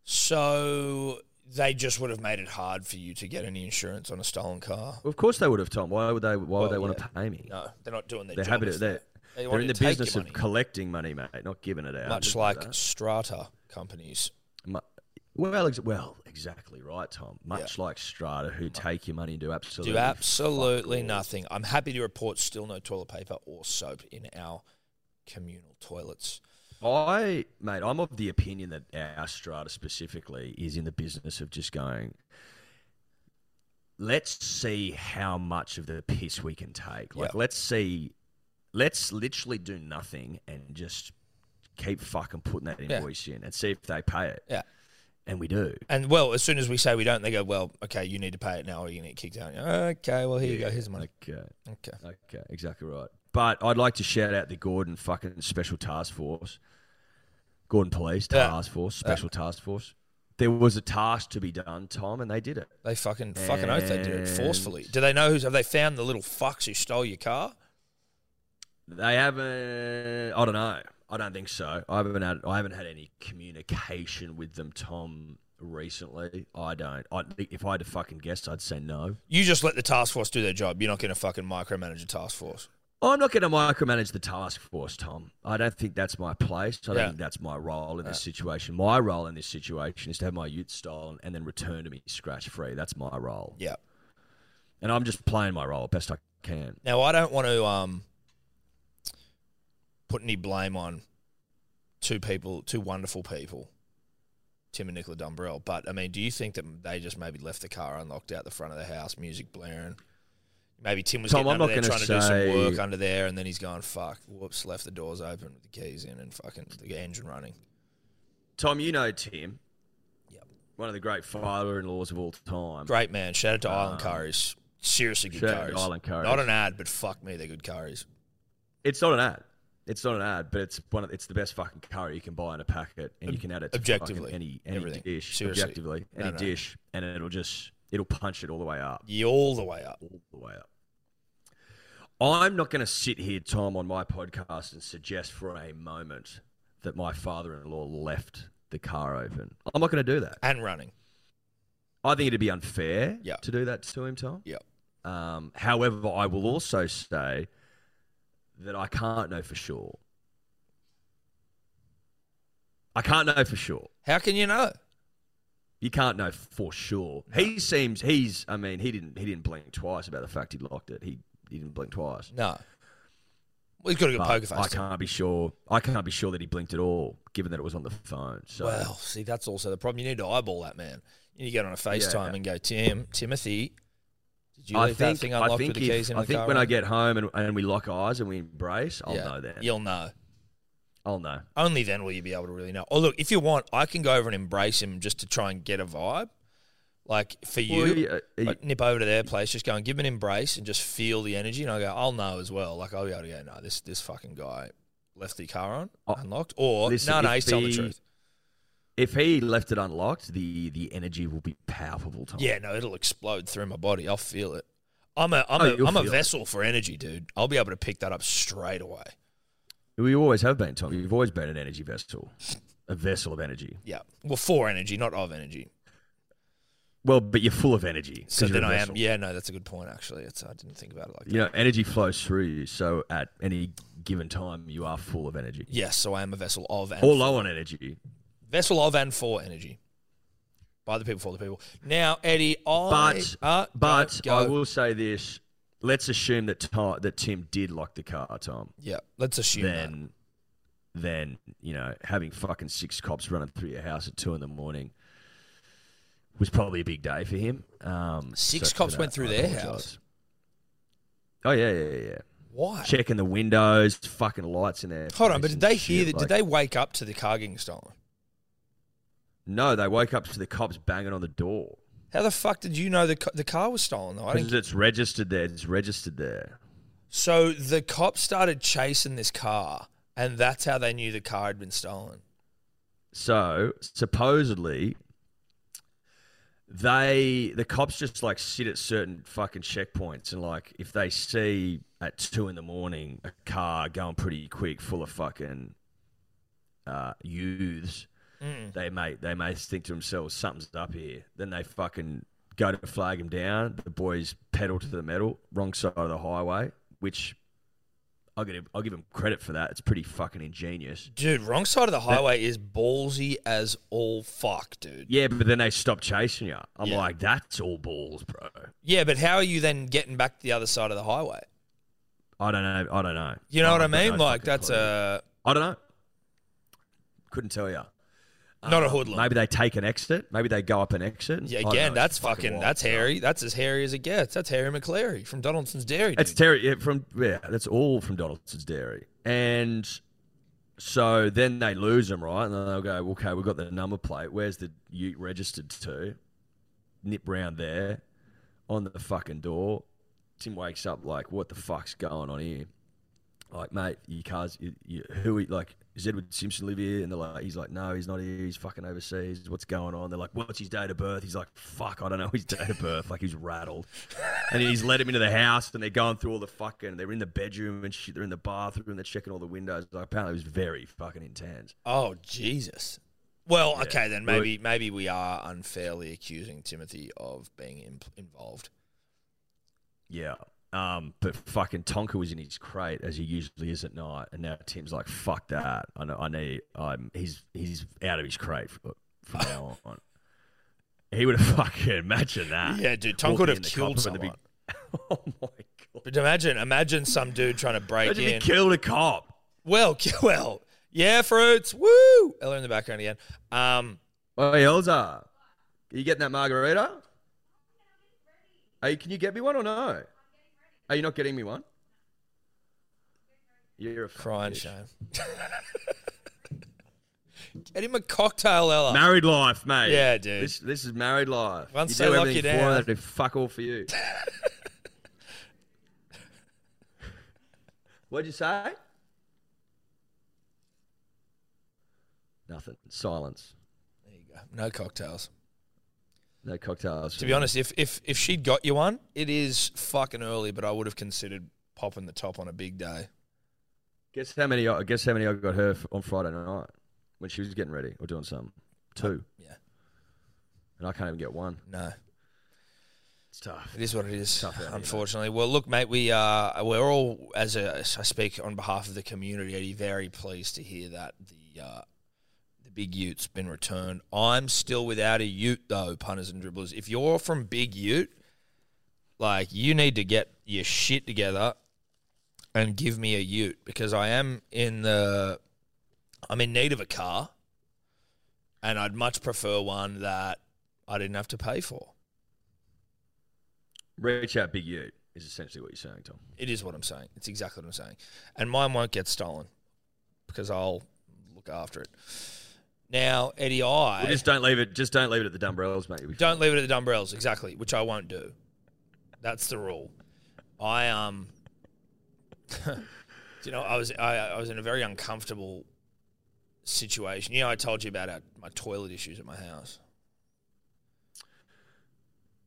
C: So they just would have made it hard for you to get any insurance on a stolen car.
B: of course they would have tom why would they why
C: Well,
B: would they want
C: yeah.
B: to pay me
C: No, they're not doing their
B: they're
C: job.
B: happy to
C: if
B: they're,
C: they
B: they're
C: want
B: in
C: to
B: the
C: take your
B: business of
C: money.
B: collecting money mate not giving it out
C: much
B: Just
C: like
B: that.
C: strata companies.
B: Mu- Well, ex- well, exactly right, Tom. Much like Strata, who take your money and do absolutely
C: do absolutely
B: fuck all.
C: nothing. I'm happy to report still no toilet paper or soap in our communal toilets.
B: I, mate, I'm of the opinion that our strata specifically is in the business of just going, let's see how much of the piss we can take. Like,
C: Yep.
B: let's see, let's literally do nothing and just keep fucking putting that
C: Yeah.
B: invoice in and see if they pay it.
C: Yeah.
B: And we do.
C: And well, as soon as we say we don't, they go, well, okay, you need to pay it now or you're going to get kicked out. Okay, well, here you go. Here's the money.
B: Okay.
C: Okay.
B: Okay, exactly right. But I'd like to shout out the Gordon fucking Special Task Force, Gordon Police
C: Yeah.
B: Task Force, Special Task Force. There was a task to be done, Tom, and they did it.
C: They fucking, fucking oath they did it
B: And-
C: forcefully. Do they know who's, have they found the little fucks who stole your car?
B: They haven't. I don't know. I don't think so. I haven't had. I haven't had any communication with them, Tom. Recently, I don't. I if I had to fucking guess, I'd say no.
C: You just let the task force do their job. You're not going to fucking micromanage a task force.
B: I'm not going to micromanage the task force, Tom. I don't think that's my place. I don't
C: Yeah.
B: think that's my role in this situation. My role in this situation is to have my youth stolen and then return to me scratch free. That's my role.
C: Yeah.
B: And I'm just playing my role best I can.
C: Now, I don't want to um, put any blame on two people, two wonderful people, Tim and Nicola Dumbrell. But I mean, do you think that they just maybe left the car unlocked out the front of the house, music blaring? Maybe Tim was
B: Tom,
C: getting
B: I'm
C: under
B: not
C: there trying
B: gonna
C: to do some
B: say-
C: work under there, and then he's gone, fuck, whoops, left the doors open with the keys in and fucking the engine running.
B: Tom, you know Tim.
C: Yep.
B: One of the great father-in-laws of all time.
C: Great man. Shout out to Island Curries. Seriously good
B: Um, shout out to
C: curries.
B: Island Curries.
C: Not an ad, but fuck me, they're good curries.
B: It's not an ad. It's not an ad, but it's one. Of, it's the best fucking curry you can buy in a packet, and you can add it to fucking
C: objectively,
B: any any
C: everything.
B: dish.
C: Seriously.
B: Objectively,
C: No,
B: any
C: no.
B: dish, and it'll just it'll punch it all the way up.
C: You all the way up.
B: all the way up. I'm not going to sit here, Tom, on my podcast and suggest for a moment that my father in law left the car open. I'm not going to do that.
C: And running.
B: I think it'd be unfair
C: Yeah.
B: to do that to him, Tom.
C: Yep.
B: Um, however, I will also say that I can't know for sure. I can't know for sure.
C: How can you know?
B: You can't know for sure. He seems he's. I mean, he didn't. He didn't blink twice about the fact he locked it. He, he didn't blink twice.
C: No. Well, he's got a good
B: But
C: poker face.
B: I
C: too.
B: can't be sure. I can't be sure that he blinked at all, given that it was on the phone. So
C: Well, see, that's also the problem. You need to eyeball that man. You need to get on a FaceTime
B: Yeah.
C: and go, Tim, Timothy, did you
B: I
C: leave
B: think
C: that thing
B: I
C: unlocked
B: think,
C: with the
B: if-
C: keys in
B: I
C: the
B: think
C: car?
B: when I
C: right?
B: get home and, and we lock eyes and we embrace, I'll
C: Yeah.
B: know then.
C: You'll know.
B: I'll know.
C: Only then will you be able to really know. Oh, look, if you want, I can go over and embrace him just to try and get a vibe. Like for you,
B: Well, yeah, uh,
C: like, nip over to their place, just go and give him an embrace and just feel the energy. And I go, I'll know as well. Like I'll be able to go, no, this this fucking guy left the car on,
B: Oh,
C: unlocked, or
B: listen,
C: no, no,
B: if
C: he's telling the
B: the-
C: truth.
B: If he left it unlocked, the the energy will be palpable. Tom.
C: Yeah, no, it'll explode through my body. I'll feel it. I'm a I'm
B: Oh,
C: a
B: you'll
C: I'm a
B: feel it.
C: vessel for energy, dude. I'll be able to pick that up straight away.
B: we always have been, Tom. You've always been an energy vessel. a vessel of energy.
C: Yeah. Well, for energy, not of energy.
B: Well, but you're full of energy. 'cause
C: So
B: you're
C: then
B: a
C: I am.
B: vessel.
C: Yeah, no, that's a good point, actually. It's, I didn't think about it like that.
B: You know, energy flows through you. So at any given time, you are full of energy
C: Yes, so I am a vessel of and
B: or low on energy.
C: vessel of and for energy. By the people, for the people. Now, Eddie, I
B: But
C: uh,
B: but
C: go.
B: I will say this: let's assume that Tom, that Tim did lock the car, Tom.
C: Yeah, let's assume that.
B: Then, then you know, having fucking six cops running through your house at two in the morning was probably a big day for him. Um,
C: Six
B: for
C: cops went through their
B: apologise.
C: house?
B: Oh yeah, yeah, yeah, yeah.
C: Why?
B: Checking the windows, fucking lights in there.
C: Hold on, but did they hear that? did they wake up to the car getting stolen?
B: No, they woke up to the cops banging on the door
C: How the fuck did you know the ca- the car was stolen though? I
B: because
C: didn't.
B: it's registered there. It's registered there.
C: So the cops started chasing this car, and that's how they knew the car had been stolen.
B: So supposedly, they the cops just like sit at certain fucking checkpoints and like if they see at two in the morning a car going pretty quick full of fucking uh, youths, they may they may think to themselves something's up here. Then they fucking go to flag them down. The boys pedal to the metal, wrong side of the highway, which. I'll give, him, I'll give him credit for that. It's pretty fucking ingenious.
C: Dude, wrong side of the highway is ballsy as all fuck, dude.
B: Yeah, but then they stop chasing you. I'm
C: Yeah.
B: like, that's all balls, bro.
C: Yeah, but how are you then getting back to the other side of the highway?
B: I don't know. I don't know.
C: You know what I
B: I've got Oh no
C: mean? Like
B: fucking
C: that's
B: clue.
C: a
B: I don't know. Couldn't tell you. Oh
C: not a hoodlum.
B: Maybe they take an exit. Maybe they go up an exit.
C: yeah,
B: I don't
C: again,
B: know.
C: that's fucking,
B: wild
C: that's
B: stuff.
C: hairy. That's as hairy as it gets. That's Harry McCleary from Donaldson's Dairy.
B: It's
C: dude.
B: Terry yeah, from yeah. That's all from Donaldson's Dairy, and so then they lose them, right? And then they'll go, okay, we've got the number plate. Where's the Ute registered to? Nip round there, on the fucking door. Tim wakes up like, what the fuck's going on here? Like, mate, your cars, you, you, who, are- like, does Edward Simpson live here? And they're like, he's like, no, he's not here. He's fucking overseas. What's going on? They're like, what's his date of birth? He's like, fuck, I don't know his date of birth. Like, he's rattled. And he's let him into the house, and they're going through all the fucking, they're in the bedroom and shit, they're in the bathroom, they're checking all the windows. Like, apparently, it was very fucking intense.
C: oh Jesus. Well, okay then,
B: Well,
C: maybe maybe we are unfairly accusing Timothy of being im involved.
B: Yeah. Um, but fucking Tonka was in his crate as he usually is at night, and now Tim's like, "Fuck that! I know, I need. I'm. He's he's out of his crate from, from
C: (laughs)
B: now on." He would have fucking imagine that.
C: Yeah, dude, Tonka
B: Walking
C: would have
B: in the
C: killed
B: cop with the
C: someone.
B: (laughs) oh my god!
C: But imagine, imagine some dude trying to break
B: Imagine he
C: in.
B: killed a cop.
C: well, (laughs) well, yeah, fruits. Woo! Ella in the background again. Um,
B: Hey Elza, you getting that margarita? Hey, can you get me one or no? Are you not getting me one? You're a
C: crying
B: fucking bitch.
C: shame. (laughs) Get him a cocktail, Ella.
B: Married life, mate.
C: Yeah, dude.
B: This this is married life.
C: Once
B: you do
C: they lock
B: everything
C: you
B: for
C: down-
B: them, they do fuck all
C: (laughs)
B: for you. What'd you say? Nothing. Silence.
C: there you go. No cocktails.
B: No cocktails.
C: To be honest, if if if she'd got you one, it is fucking early, but I would have considered popping the top on a big day.
B: guess how many? I guess how many I got her f- on Friday night when she was getting ready or doing something. Two.
C: Uh, Yeah.
B: And I can't even get one.
C: No,
B: It's tough.
C: it is what it is.
B: Tough out here, mate.
C: unfortunately, well, look, mate, we uh we're all as a as I speak on behalf of the community, Eddie, very pleased to hear that the uh, the big Ute's been returned. I'm still without a Ute though, punters and dribblers. If you're from Big Ute, like you need to get your shit together and give me a Ute because I am in the I'm in need of a car, and I'd much prefer one that I didn't have to pay for.
B: Reach out, big you is essentially what you're saying, Tom.
C: It is what I'm saying. It's exactly what I'm saying. And mine won't get stolen because I'll look after it. Now, Eddie, I
B: Well, just don't leave it. Just don't leave it at the dumbrellas, mate. You'll be
C: don't leave it at the dumbrells exactly, which I won't do. That's the rule. I um, (laughs) do you know, I was I, I was in a very uncomfortable situation. You know, I told you about our, my toilet issues at my house.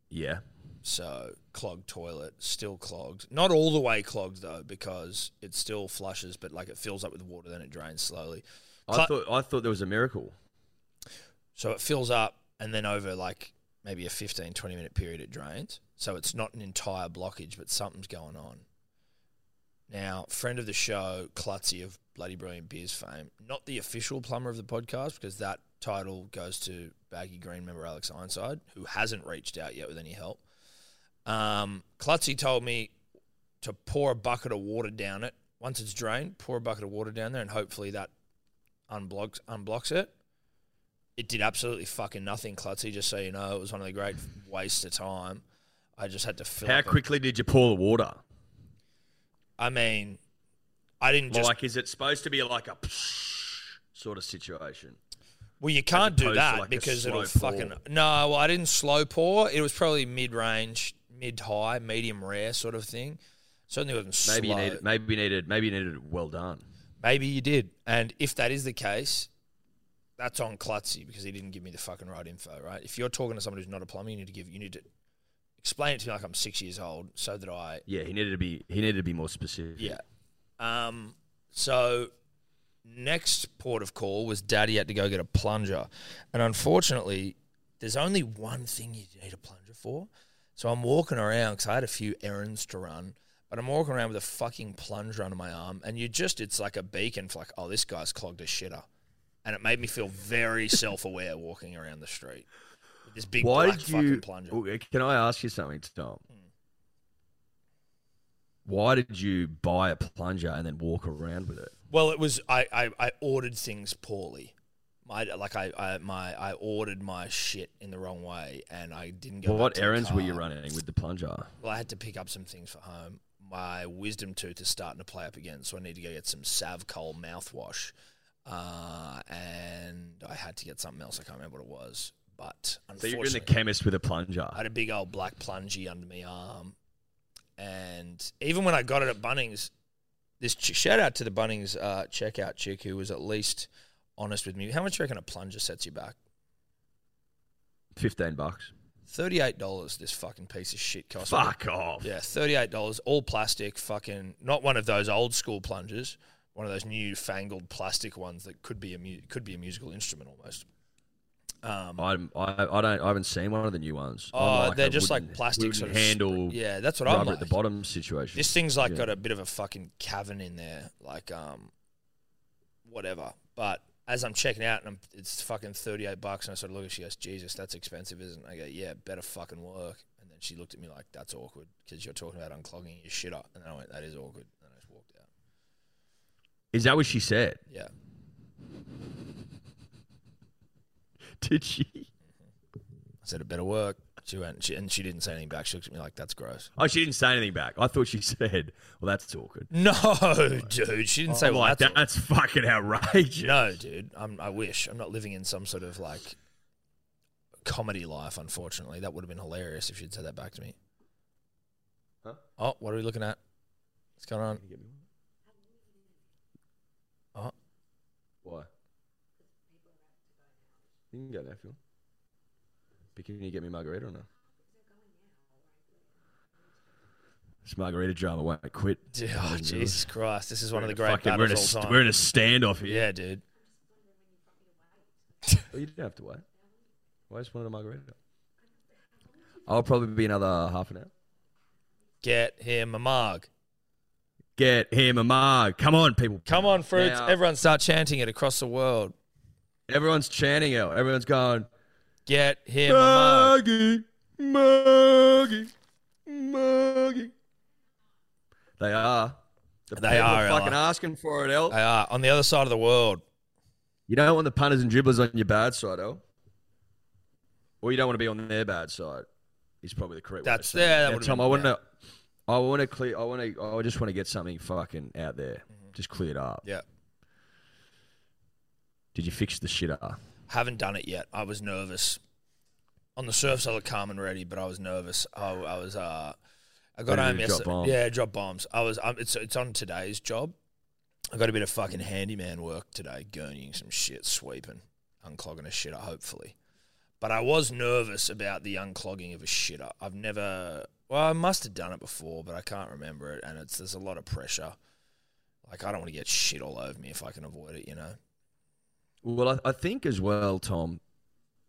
B: Yeah.
C: So clogged toilet, still clogged. Not all the way clogged though, because it still flushes, but like it fills up with water, then it drains slowly.
B: I
C: Cla-
B: thought I thought there was a miracle.
C: So it fills up, and then over like maybe a 15, 20 minute period, it drains. So it's not an entire blockage, but something's going on. Now, friend of the show, Klutzy of Bloody Brilliant Beers fame, not the official plumber of the podcast, because that title goes to Baggy Green member Alex Ironside, who hasn't reached out yet with any help. Um, Klutzy told me to pour a bucket of water down it. Once it's drained, pour a bucket of water down there, and hopefully that unblocks unblocks it. It did absolutely fucking nothing, Klutzy. Just so you know, it was one of the great waste of time. I just had to fill.
B: How
C: up a-
B: quickly did you pour the water?
C: I mean, I didn't just.
B: like, is it supposed to be like a sort of situation?
C: well, you can't
B: opposed
C: do
B: to
C: that
B: like a
C: because it'll
B: slow
C: fucking.
B: pour.
C: No, well, I didn't slow pour. It was probably mid range, mid high, medium rare sort of thing. Certainly wasn't
B: Maybe
C: slow.
B: you needed, maybe you needed, maybe you needed it well done.
C: Maybe you did. And if that is the case, that's on Klutzy because he didn't give me the fucking right info, right? If you're talking to someone who's not a plumber, you need to give you need to explain it to me like I'm six years old so that I
B: Yeah, he needed to be, he needed to be more specific.
C: Yeah. Um so next port of call was Daddy had to go get a plunger. And unfortunately, there's only one thing you need a plunger for. So I'm walking around because I had a few errands to run, but I'm walking around with a fucking plunger under my arm, and you just, it's like a beacon for like, oh, this guy's clogged a shitter. And it made me feel very
B: (laughs)
C: self aware walking around the street with this big
B: Why
C: black
B: did you?
C: fucking plunger. Hmm.
B: oh, Can I ask you something, Tom? Why did you buy a plunger and then walk around with it?
C: Well, it was I, I, I ordered things poorly. My like I, I my I ordered my shit in the wrong way, and I didn't go.
B: Well,
C: back
B: what
C: to the
B: errands were you
C: car.
B: running with the plunger?
C: Well, I had to pick up some things for home. My wisdom tooth is starting to play up again, so I need to go get some Savcol mouthwash, uh, and I had to get something else. I can't remember what it was, but
B: So you're
C: unfortunately,
B: in the chemist with a plunger.
C: I had a big old black plungy under my arm. And even when I got it at Bunnings, this ch- shout out to the Bunnings uh, checkout chick who was at least honest with me. How much do you reckon a plunger sets you back?
B: Fifteen bucks.
C: $38 this fucking piece of shit cost. me.
B: Fuck off.
C: Yeah, $38, all plastic, fucking, not one of those old school plungers, one of those new fangled plastic ones that could be a, mu- could be a musical instrument almost. Um,
B: I, I, I don't I haven't seen one of the new ones. I'm
C: oh,
B: a
C: they're just
B: wooden-
C: like plastic
B: wooden
C: sort of spr-
B: handle.
C: Yeah, that's what
B: rubber
C: I'm like.
B: at the bottom situation.
C: This thing's like
B: Yeah.
C: got a bit of a fucking cavern in there, like um, whatever. But as I'm checking out, and I'm, it's fucking thirty eight bucks, and I sort of look at she goes, "Jesus, that's expensive, isn't?" it? I go, "Yeah, better fucking work." And then she looked at me like, "That's awkward because you're talking about unclogging your shit up," and then I went, "That is awkward," and then I just walked out.
B: Is that what she said? (laughs)
C: Yeah,
B: Did she?
C: I said, "It better work." She went, and she, and she didn't say anything back. She looked at me like, "That's gross." (laughs)
B: Oh, she didn't say anything back. I thought she said, "Well, that's awkward."
C: No, dude, she didn't say
B: I'm
C: well,
B: like,
C: that's
B: "That-
C: all."
B: that's fucking outrageous.
C: No, dude. I'm, I wish. I'm not living in some sort of like comedy life, unfortunately. That would have been hilarious if she'd said that back to me.
B: Huh?
C: Oh, what are we looking at? What's going on? Oh,
B: Why? You can go now if you want. But can you get me a margarita or no? This margarita drama won't quit.
C: dude, oh Jesus Christ. This is one of the
B: We're in a
C: great
B: fucking- we're in a
C: battles all
B: st-
C: time.
B: We're in a standoff here.
C: yeah, dude.
B: Oh, you didn't have to wait. I just wanted a margarita. I'll probably be another half an hour.
C: Get him a mug.
B: Get him a mug. Come on, people.
C: Come on, fruits.
B: Now-
C: Everyone start chanting it across the world.
B: Everyone's chanting out. Everyone's going,
C: Get him a mug.
B: Muggy, Muggy, Muggy. They are. The
C: They
B: people
C: are,
B: fucking
C: Ella.
B: asking for it, El.
C: They are on the other side of the world.
B: You don't want the punters and dribblers on your bad side, El. Or you don't want to be on their bad side. Is probably the correct.
C: That's-
B: way to say it.
C: yeah, that
B: Now,
C: would've
B: Tom,
C: been-
B: I want to. I want to clear. I want to. I just want to get something fucking out there, just cleared up.
C: Yeah.
B: Did you fix the shit up?
C: Haven't done it yet. I was nervous. On the surface, I look calm and ready, but I was nervous. I, I was. Uh, I got
B: Ready to
C: home
B: drop
C: yesterday.
B: bombs.
C: Yeah, drop bombs. I was. Um, it's it's on today's job. I got a bit of fucking handyman work today, gurneying some shit, sweeping, unclogging a shitter, hopefully. But I was nervous about the unclogging of a shitter. I've never. Well, I must have done it before, but I can't remember it. And it's there's a lot of pressure. Like I don't want to get shit all over me if I can avoid it, you know.
B: Well, I, I think as well, Tom,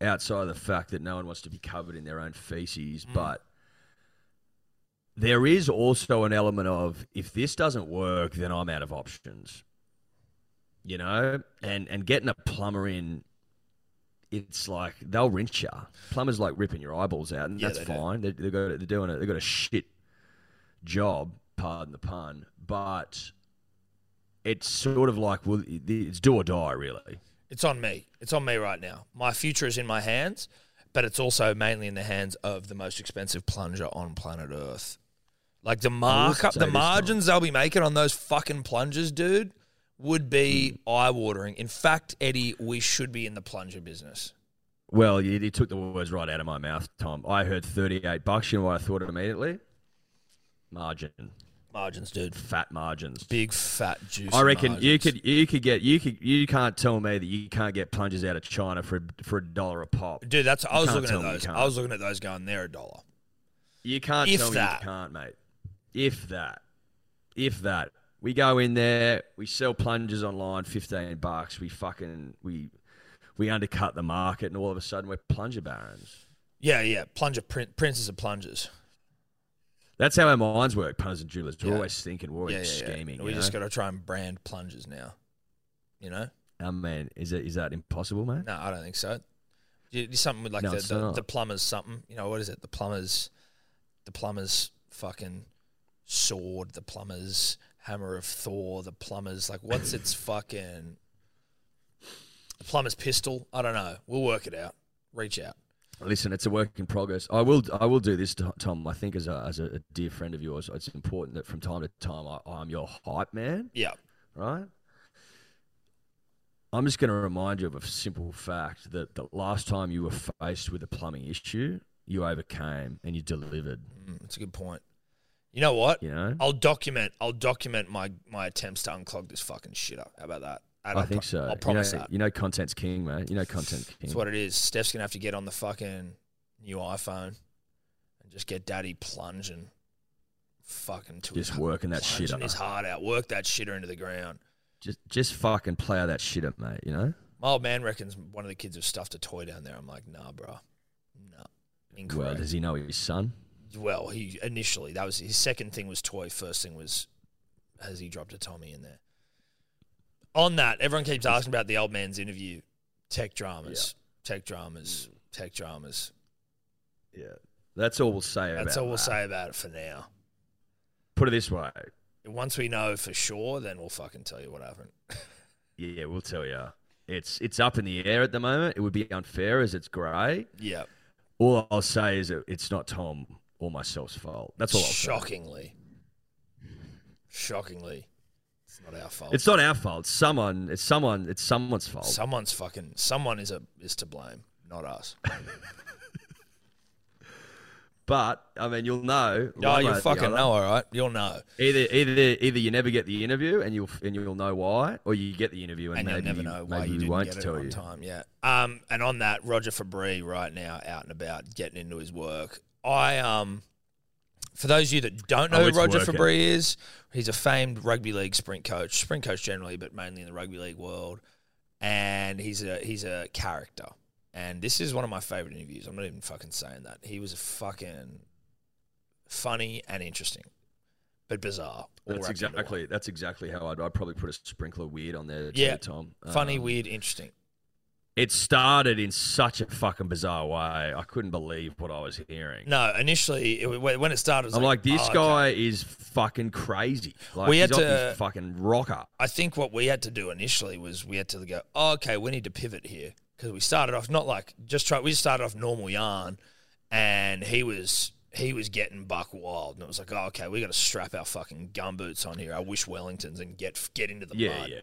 B: outside of the fact that no one wants to be covered in their own feces,
C: Mm.
B: but there is also an element of if this doesn't work, then I'm out of options. You know, and and getting a plumber in, it's like they'll rinse you. Plumbers like ripping your eyeballs out, and
C: Yeah,
B: that's
C: they do.
B: fine. They, they're, got, they're doing it. They've got a shit job, pardon the pun, but it's sort of like well, it's do or die, really.
C: It's on me. It's on me right now. My future is in my hands, but it's also mainly in the hands of the most expensive plunger on planet Earth. Like the markup,
B: say
C: the
B: this,
C: margins they'll be making on those fucking plungers, dude, would be eye watering. In fact, Eddie, we should be in the plunger business.
B: Well, you, you took the words right out of my mouth, Tom. I heard 38 bucks. You know what I thought of immediately? Margin,
C: Margins, dude.
B: fat margins.
C: Big fat juice.
B: I reckon you
C: margins.
B: could you could get you could you can't tell me that you can't get plungers out of China for for a dollar a pop.
C: Dude, that's I was
B: can't
C: looking at
B: tell me you
C: those.
B: can't.
C: I was looking at those going, they're a dollar.
B: You can't
C: If
B: tell
C: that.
B: me you can't, mate. If that, if that, we go in there, we sell plungers online, fifteen bucks. We fucking we we undercut the market, and all of a sudden we're plunger barons.
C: Yeah, yeah. Plunger print, princes of plungers.
B: That's how our minds work, punters and dribblers. We're always thinking, we're
C: yeah,
B: always
C: yeah, yeah.
B: scheming.
C: We just got to try and brand plungers now. You know?
B: Oh man, is it is that impossible, man?
C: No, I don't think so. You- you- Something with like
B: No,
C: the,
B: it's
C: the,
B: not.
C: the plumbers something. You know what is it? The plumbers, the plumbers fucking sword. The plumbers hammer of Thor. The plumbers like what's
B: (coughs)
C: its fucking the plumbers pistol? I don't know. We'll work it out. Reach out.
B: Listen, it's a work in progress. I will I will do this, to- Tom. I think as a, as a dear friend of yours, it's important that from time to time I, I'm your hype man,
C: Yeah.
B: right? I'm just going to remind you of a simple fact that the last time you were faced with a plumbing issue, you overcame and you delivered.
C: Mm, that's a good point. You know what?
B: You know,
C: I'll document. I'll document my my attempts to unclog this fucking shit up. How about that? And
B: I
C: I'll
B: think
C: pro-
B: so.
C: I'll promise
B: you know,
C: that.
B: You know, content's king, man. You know, content king.
C: That's what it is. Steph's gonna have to get on the fucking new iPhone and just get Daddy plunging, fucking to
B: Just
C: his
B: working that shit
C: plunging
B: up.
C: his heart out. Work that shitter into the ground.
B: just just fucking plow that shit up, mate. You know.
C: My old man reckons one of the kids have stuffed a toy down there. I'm like, nah, bro, nah,
B: Well,
C: incorrect. Well,
B: does he know his son?
C: he-, initially that was his second thing was toy. First thing was has he dropped a Tommy in there? On that, everyone keeps asking about the old man's interview. Tech dramas, tech dramas, tech dramas.
B: Yeah. That's all we'll say.
C: That's
B: about
C: all we'll
B: that.
C: say about it for now.
B: Put it this way.
C: Once we know for sure, then we'll fucking tell you what happened. (laughs)
B: Yeah, we'll tell you. It's it's up in the air at the moment. It would be unfair as it's grey.
C: Yeah,
B: All I'll say is it, it's not Tom or myself's fault. That's all. I'll Say.
C: shockingly, shockingly, it's not our fault.
B: It's not our fault. Someone. It's someone. It's someone's fault.
C: someone's fucking. Someone is a is to blame, not (laughs) us.
B: but I mean, you'll know.
C: Oh,
B: one
C: you
B: way or the
C: fucking
B: other.
C: know, all right. You'll know,
B: Either either either you never get the interview and you'll and you'll know why, or you get the interview and,
C: and you'll never
B: maybe
C: know why
B: maybe
C: you
B: we
C: didn't
B: won't
C: get it
B: tell
C: on
B: you.
C: time. Yeah. Um, and on that, Roger Fabri right now out and about getting into his work. I um, for those of you that don't know
B: Oh,
C: who
B: it's
C: Roger
B: working.
C: Fabri is, he's a famed rugby league sprint coach, sprint coach generally, but mainly in the rugby league world. And he's a he's a character. And this is one of my favorite interviews. I'm not even fucking saying that. He was a fucking funny and interesting, but bizarre. all
B: That's
C: wrapped into one.
B: exactly that's exactly how I'd, I'd probably put a sprinkler weird on there.
C: Yeah.
B: Yeah, Tom.
C: funny,
B: Um,
C: weird, interesting.
B: It started in such a fucking bizarre way. I couldn't believe what I was hearing.
C: No, initially it, wa- when it started, it was
B: I'm like, this
C: oh, okay.
B: guy is fucking crazy. Like
C: We
B: he's
C: had
B: off his
C: to-
B: fucking rocker.
C: I think what we had to do initially was we had to go, oh, okay, we need to pivot here because we started off not like just try. We just started off normal yarn, and he was he was getting buck wild, and it was like, oh, okay, we got to strap our fucking gumboots on here, our wish Wellingtons, and get get into the
B: Yeah,
C: mud.
B: yeah.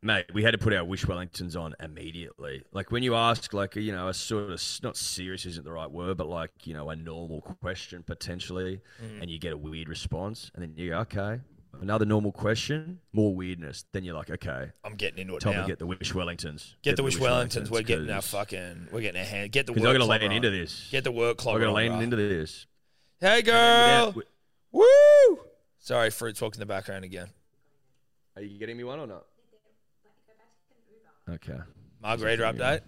B: Mate, we had to put our wish Wellingtons on immediately. Like when you ask, like you know, a sort of not serious isn't the right word, but like you know, a normal question potentially,
C: Mm.
B: and you get a weird response, and then you go, okay, another normal question, more weirdness. Then you're like, okay,
C: I'm getting into it
B: Tom,
C: now.
B: get the wish Wellingtons.
C: Get the wish Wellingtons. We're getting our
B: cause-
C: fucking. We're getting our hand. Get the work.
B: Because I gotta
C: clog
B: land
C: on.
B: into this.
C: Get the work clog.
B: I gotta
C: on,
B: land
C: bruh.
B: into this.
C: Hey girl.
B: Without-
C: Woo! Sorry, fruits walking in the background again.
B: Are you getting me one or not? Okay.
C: Margarita update.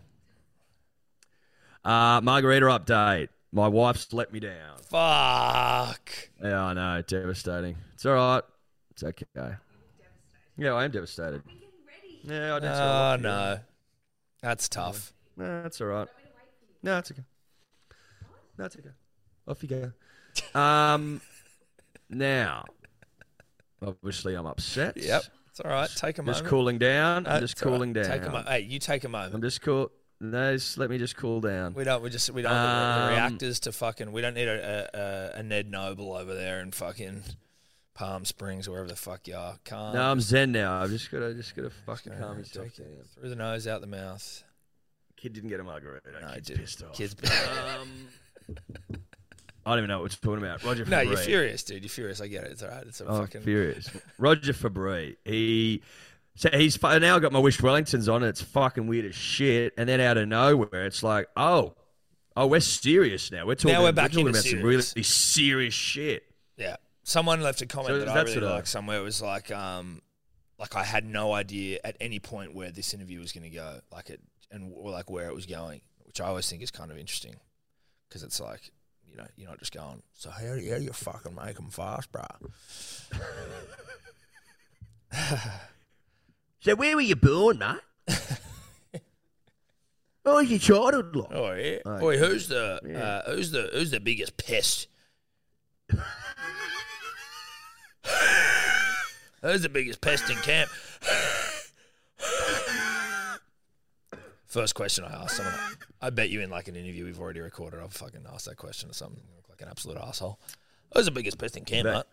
B: Uh, margarita update. My wife's let me down.
C: Fuck.
B: Yeah, I know. Devastating. It's all right. It's okay. Yeah, I am devastated. Yeah, I did. tell her.
C: Oh no, that's tough.
B: Nah, it's all right. No, it's okay. No, it's okay. Off you go. Um, now, obviously, I'm upset.
C: Yep, it's all right. Take a moment.
B: Just cooling down.
C: No,
B: I'm just
C: it's all right.
B: cooling down.
C: Take a mo- hey, you take a
B: I'm
C: moment.
B: just cool. No, just let me just cool down.
C: We don't. We just. We don't want the
B: Um,
C: reactors to fucking. We don't need a, a, a, a Ned Noble over there in fucking Palm Springs, wherever the fuck you are. Calm.
B: No, I'm zen now. I've just got to just got to fucking
C: All
B: calm
C: right,
B: yourself
C: take
B: down.
C: it through the nose, out the mouth.
B: Kid didn't get a margarita.
C: No,
B: Kid's
C: dude.
B: pissed off.
C: Kids.
B: (laughs) Um, I don't even know what you're talking about. Roger.
C: no, you're
B: Fabry.
C: furious, dude. You're furious. I get it. It's all right. It's a
B: I'm
C: fucking.
B: Oh, furious. Roger Fabry. He. So he's fu- now I've got my Wish Wellingtons on. And it's fucking weird as shit. And then out of nowhere, it's like, oh, oh, we're serious now. We're talking.
C: Now we're back
B: talking
C: into
B: about some really
C: serious.
B: serious shit.
C: Yeah. Someone left a comment
B: So
C: that
B: is
C: I
B: that
C: really
B: sort of-
C: liked somewhere. It was like, um, like I had no idea at any point where this interview was going to go, like it, and or like where it was going, which I always think is kind of interesting, because it's like, you know, you're not just going, so here, yeah, you fucking make them fast, bruh.
B: So where were you born, mate?
C: (laughs)
B: what was your childhood like?
C: Oh yeah.
B: Like-
C: Boy, who's the
B: Yeah.
C: uh, who's the who's the biggest
B: (laughs)
C: pest? who's the biggest pest in camp? First question I asked someone. I bet you in like an interview we've already recorded, I'll fucking ask that question or something. Look like an absolute asshole. Who's the biggest pest in camp?
B: That-
C: mate?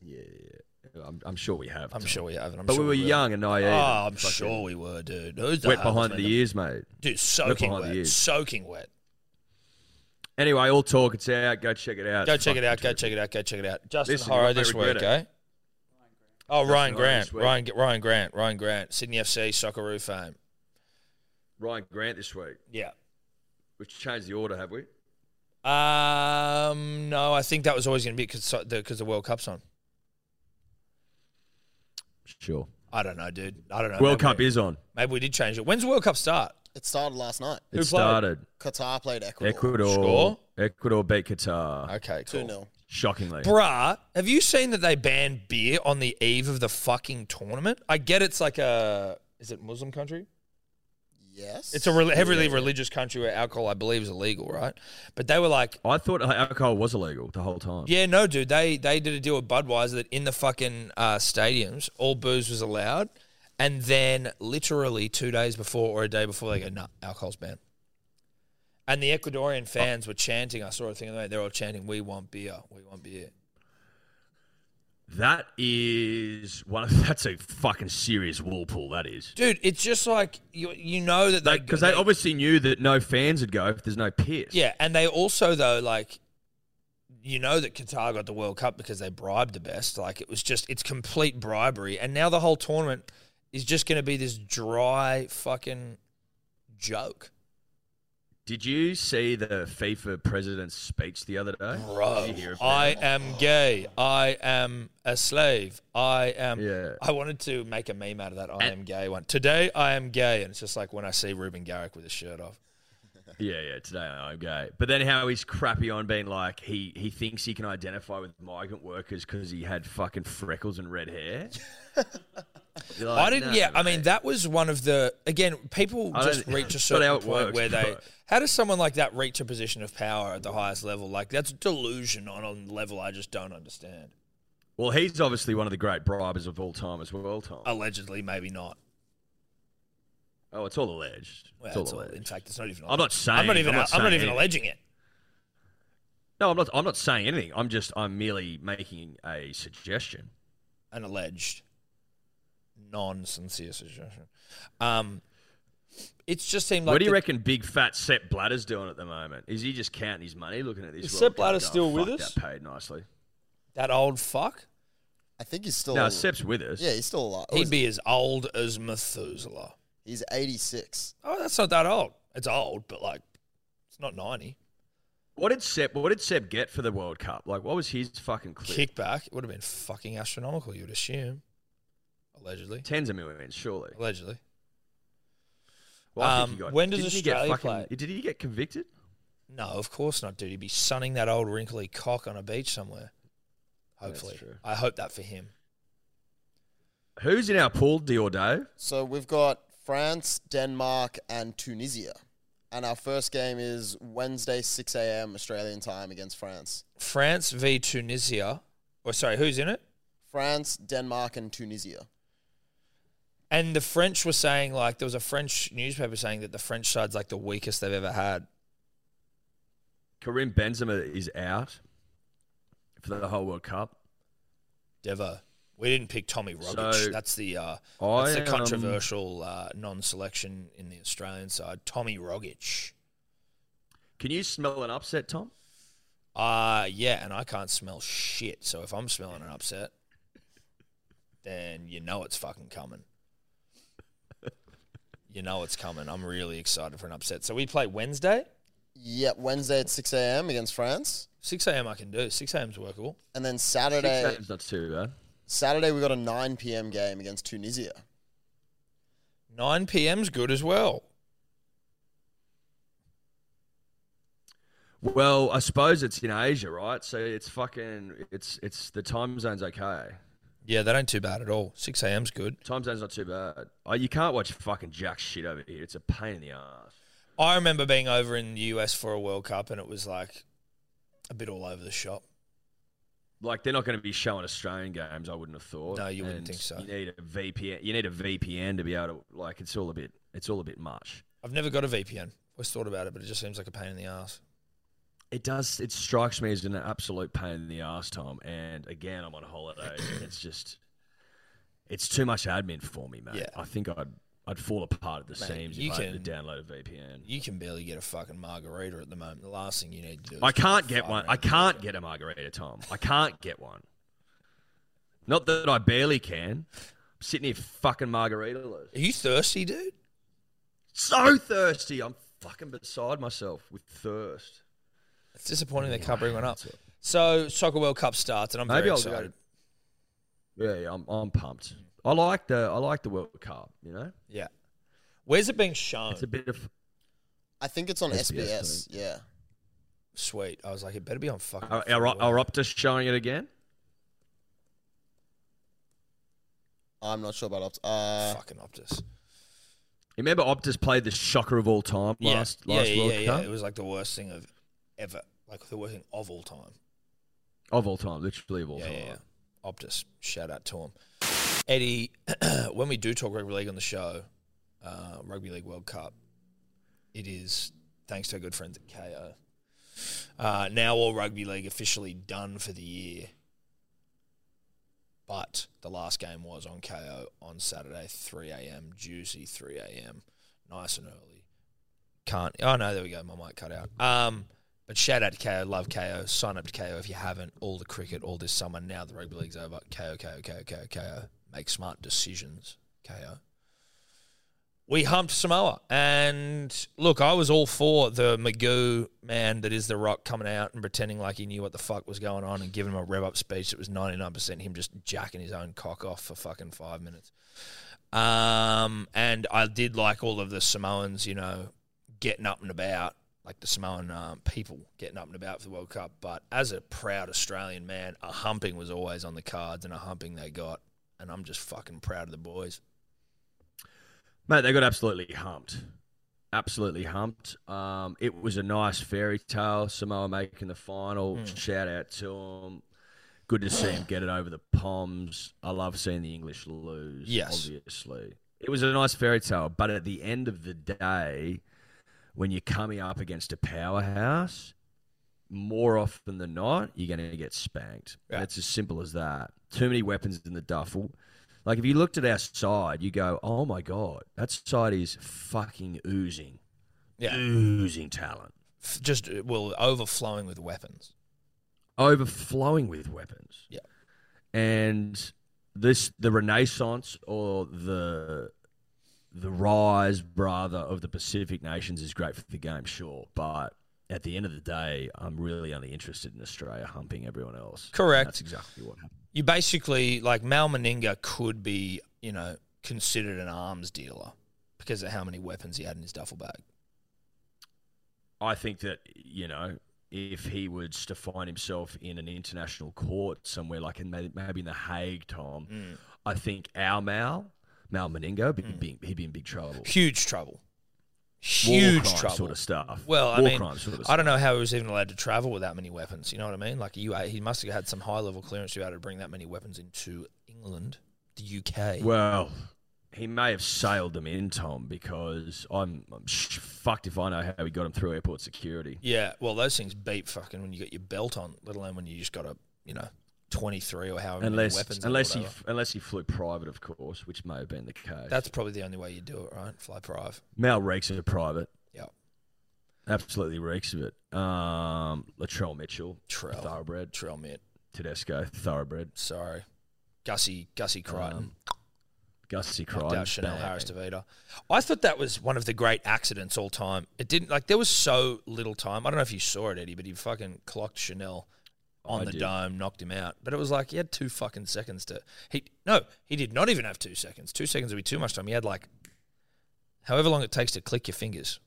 B: Yeah, yeah. I'm, I'm sure we have.
C: I'm
B: Tom.
C: sure we have. and I'm
B: But
C: sure
B: we were
C: will.
B: young and naive.
C: Oh,
B: and
C: I'm
B: fucking
C: sure we were, dude. Who's the
B: Wet behind
C: husband?
B: the ears, mate.
C: Dude, soaking
B: behind the
C: wet.
B: ears.
C: Soaking wet.
B: Anyway, all talk. It's out. Go check it out.
C: Go
B: It's
C: check it
B: fucking
C: out. Go
B: terrific.
C: check it out. Go check it out. Justin
B: Listen,
C: Horro
B: you
C: this
B: won't
C: week,
B: regret
C: eh? Oh, Ryan
B: Horro
C: Grant.
B: this week.
C: Ryan Ryan Grant. Ryan Grant. Sydney FC Socceroo fame.
B: Ryan Grant this week.
C: Yeah.
B: We've changed the order, have we?
C: Um. No, I think that was always going to be because the, 'cause the World Cup's on.
B: Sure.
C: I don't know, dude. I don't know.
B: World
C: Maybe
B: Cup
C: we-
B: is on.
C: Maybe we did change it. When's the World Cup start?
E: It started last night.
C: Who
B: It
C: played?
B: started.
E: Qatar played Ecuador.
B: Ecuador.
C: Score?
B: Ecuador beat Qatar.
C: Okay,
E: 2
C: cool.
E: 0.
B: Shockingly.
C: Bruh, have you seen that they banned beer on the eve of the fucking tournament? I get it's like a is it Muslim country?
E: Yes.
C: It's a rel heavily religious country where alcohol, I believe, is illegal, right? But they were like,
B: I thought alcohol was illegal the whole time.
C: Yeah, no, dude. They they did a deal with Budweiser that in the fucking uh, stadiums, all booze was allowed, and then literally two days before or a day before, they go, "No, alcohol's banned." And the Ecuadorian fans were chanting. I saw a thing. They're all chanting, "We want beer. We want beer."
B: That is one of (laughs) that's a fucking serious wool pull. That is
C: Dude, it's just like you you know that they
B: because they, obviously knew that no fans would go if there's no piss.
C: yeah, and they also though like. You know that Qatar got the World Cup because they bribed the best. Like it was just, it's complete bribery. And now the whole tournament is just going to be this dry fucking joke.
B: Did you see the FIFA president's speech the other day?
C: Bro,
B: Did you hear about
C: I
B: it?
C: am gay. I am a slave. I am.
B: Yeah.
C: I wanted to make a meme out of that. I am gay one. Today I am gay, and it's just like when I see Ruben Garrick with his shirt off.
B: Yeah, yeah. Today I'm gay, but then how he's crappy on being like he he thinks he can identify with migrant workers because he had fucking freckles and red
E: (laughs)
B: hair. You're like,
C: I didn't.
B: "No,
C: yeah, I
B: mate."
C: mean that was one of the again people
B: I
C: just
B: (laughs) don't-
C: reach a
B: that's not
C: certain
B: how it
C: point
B: works,
C: where they.
B: bro.
C: How does someone like that reach a position of power at the highest level? Like that's delusion on a level I just don't understand.
B: Well, he's obviously one of the great bribers of all time as well, Tom. Oh,
C: Allegedly, maybe not.
B: it's all alleged.
C: Well,
B: it's all
C: it's all- in
B: alleged.
C: fact, it's not even.
B: I'm not
C: alleged.
B: saying-
C: I'm not even.
B: I'm not
C: I'm not
B: saying
C: even
B: anything.
C: alleging it.
B: No, I'm not. I'm not saying anything. I'm just. I'm merely making a suggestion.
C: an alleged non-sincere suggestion. Um, it's just seemed like
B: what do you
C: the-
B: reckon Big Fat Sepp Blatter's doing at the moment? Is he just counting his money, looking at this?
C: Is
B: World
C: Sepp
B: Cup
C: Blatter
B: going, "Oh,
C: still with
B: "Fuck,
C: us?"
B: That paid nicely.
C: that old fuck.
E: I think he's still.
B: No, Sepp's with us.
E: yeah, he's still alive.
C: He'd be as old as Methuselah.
E: He's 86.
C: Oh, that's not that old. It's old, but like, it's not ninety.
B: What did Seb? What did Seb get for the World Cup? Like, what was his fucking clip?
C: Kickback. It would have been fucking astronomical. You would assume, allegedly.
B: Tens of millions, surely.
C: Allegedly.
B: Well, I think
C: Um,
B: he got,
C: when does
B: didn't he
C: Australia
B: get fucking,
C: play?
B: Did he get convicted?
C: No, of course not, dude. He'd be sunning that old wrinkly cock on a beach somewhere.
B: That's
C: Hopefully,
B: true.
C: I hope that for him.
B: Who's in our pool, Diordo?
E: So we've got France, Denmark, and Tunisia. And our first game is Wednesday, 6 a.m. Australian time against France.
C: France v Tunisia. Or sorry, who's in it?
E: France, Denmark, and Tunisia.
C: And the French were saying like there was a French newspaper saying that the French side's like the weakest they've ever had.
B: Karim Benzema is out for the whole World Cup.
C: Devo. We didn't pick Tommy Rogic.
B: So,
C: that's the uh,
B: I,
C: that's the
B: um,
C: controversial uh, non-selection in the Australian side. Tommy Rogic.
B: Can you smell an upset, Tom?
C: Uh yeah, and I can't smell shit. So if I'm smelling an upset, then you know it's fucking coming. You know it's coming. I'm really excited for an upset. So we play Wednesday,
E: Yep, Wednesday at 6 a.m. against France.
C: six a.m. I can do. Six a.m. is workable.
E: And then
B: Six
E: Saturday,
B: games, not too bad.
E: Saturday we got a 9 p.m. game against Tunisia.
C: Nine p.m.'s good as well.
B: Well, I suppose it's in Asia, right? So it's fucking it's it's the time zone's okay.
C: Yeah, that ain't too bad at all. Six a.m.'s good.
B: Time zone's not too bad. Oh, you can't watch fucking jack shit over here. It's a pain in the ass.
C: I remember being over in the US for a World Cup, and it was like a bit all over the shop.
B: Like they're not going to be showing Australian games. I wouldn't have thought.
C: No, you wouldn't
B: And
C: think so.
B: You need a VPN. You need a VPN to be able to like. It's all a bit. It's all a bit much.
C: I've never got a VPN. Always thought about it, but it just seems like a pain in the ass.
B: It does. It strikes me as an absolute pain in the ass, Tom. And again, I'm on holiday. and (clears throat) it's just. It's too much admin for me, mate.
C: Yeah.
B: I think I'd I'd fall apart at the
C: Mate,
B: seams
C: you
B: if I had to
C: can-
B: download a VPN.
C: You can barely get a fucking margarita at the moment. The last thing you need to do. Is
B: I can't get
C: fuck
B: one.
C: around
B: I
C: with
B: can't
C: it.
B: get a margarita, Tom. I can't get one. Not that I barely can. I'm sitting here fucking margarita.
C: Are you thirsty, dude?
B: So thirsty. I'm fucking beside myself with thirst.
C: It's disappointing they can't bring one up. So Soccer World Cup starts, and I'm
B: Maybe
C: very
B: I'll
C: excited.
B: go. Yeah, yeah, I'm, I'm pumped. I like the I like the World Cup. You know,
C: Yeah. Where's it being shown?
B: it's a bit of.
E: I think it's on
B: SBS, I
E: SBS. Yeah.
C: Sweet. I was like, it better be on fucking.
B: Are, are,
C: Football.
B: are Optus showing it again?
E: I'm not sure about opt. Uh,
C: fucking Optus.
B: Remember, Optus played the shocker of all time
C: Yeah.
B: last
C: yeah,
B: last
C: yeah,
B: World
C: yeah,
B: Cup
C: It was like the worst thing of ever. Like the worst thing of all time.
B: of all time, literally of all
C: Yeah,
B: time.
C: yeah, yeah. Optus. Shout out to him. Eddie, (clears throat) when we do talk rugby league on the show, uh, Rugby League World Cup, it is thanks to our good friends at KO. Uh, now all rugby league officially done for the year. But the last game was on KO on Saturday, 3 a.m. Juicy 3 a.m. Nice and early. Can't. Oh, no, there we go. My mic cut out. Um, but shout out to KO. Love KO. Sign up to KO if you haven't. All the cricket, all this summer. Now the rugby league's over. KO, KO, KO, KO, KO. Make smart decisions. KO. We humped Samoa. And look, I was all for the Magoo man that is The Rock coming out and pretending like he knew what the fuck was going on and giving him a rev up speech that was 99% him just jacking his own cock off for fucking five minutes. Um, and I did like all of the Samoans, you know, getting up and about, like the Samoan um, people getting up and about for the World Cup. But as a proud Australian man, a humping was always on the cards, and a humping they got. And I'm just fucking proud of the boys.
B: Mate, they got absolutely humped. Absolutely humped. Um, it was a nice fairy tale. Samoa making the final.
C: Hmm.
B: Shout out to him. Good to see him get it over the Poms. I love seeing the English lose.
C: Yes.
B: Obviously. It was a nice fairy tale. But at the end of the day, when you're coming up against a powerhouse, more often than not, you're going to get spanked.
C: Yeah.
B: And it's as simple as that. Too many weapons in the duffel. Like if you looked at our side, you go, "Oh my god, that side is fucking oozing, Mm.
C: Yeah,
B: oozing talent,
C: F- just uh, well overflowing with weapons.
B: overflowing with weapons."
C: Yeah.
B: and this the renaissance or the the rise rather of the Pacific nations is great for the game, sure, but at the end of the day, I'm really only interested in Australia humping everyone else.
C: Correct.
B: That's exactly what happened.
C: You basically like Mal Meninga could be, you know, considered an arms dealer because of how many weapons he had in his duffel bag.
B: I think that you know if he was to find himself in an international court somewhere like in may- maybe in the Hague, Tom,
C: Mm.
B: I think our Mal Mal Meningo
C: Mm.
B: he'd be, he'd be in big trouble.
C: Huge trouble.
B: War
C: Huge
B: crime
C: trouble.
B: sort of stuff.
C: Well, I
B: War
C: mean,
B: crime sort of
C: I
B: stuff.
C: don't know how he was even allowed to travel with that many weapons. You know what I mean? Like, you, he must have had some high level clearance to be able to bring that many weapons into England, the UK.
B: Well, he may have sailed them in, Tom, because I'm, I'm sh- fucked if I know how he got them through airport security.
C: yeah, well, those things beat fucking when you got your belt on, let alone when you just got a, you know, 23 or however many
B: Unless,
C: weapons. and
B: unless he,
C: whatever.
B: f- unless he flew private, of course, which may have been the case.
C: That's probably the only way you do it, right? Fly prive.
B: Mal reeks of private.
C: Yep.
B: Absolutely reeks of it. Um, Latrell Mitchell,
C: Trell.
B: thoroughbred.
C: Trail mitt.
B: Tedesco, thoroughbred.
C: Sorry. Gussie, Gussie Crichton.
B: Um, Gussie
C: knocked
B: Crichton.
C: out Chanel
B: bang.
C: Harris DeVita. I thought that was one of the great accidents all time. It didn't like there was so little time. I don't know if you saw it, Eddie, but he fucking clocked Chanel on
B: I
C: the
B: did.
C: dome, knocked him out. But it was like he had two fucking seconds to he no, he did not even have two seconds. Two seconds would be too much time. He had like however long it takes to click your fingers.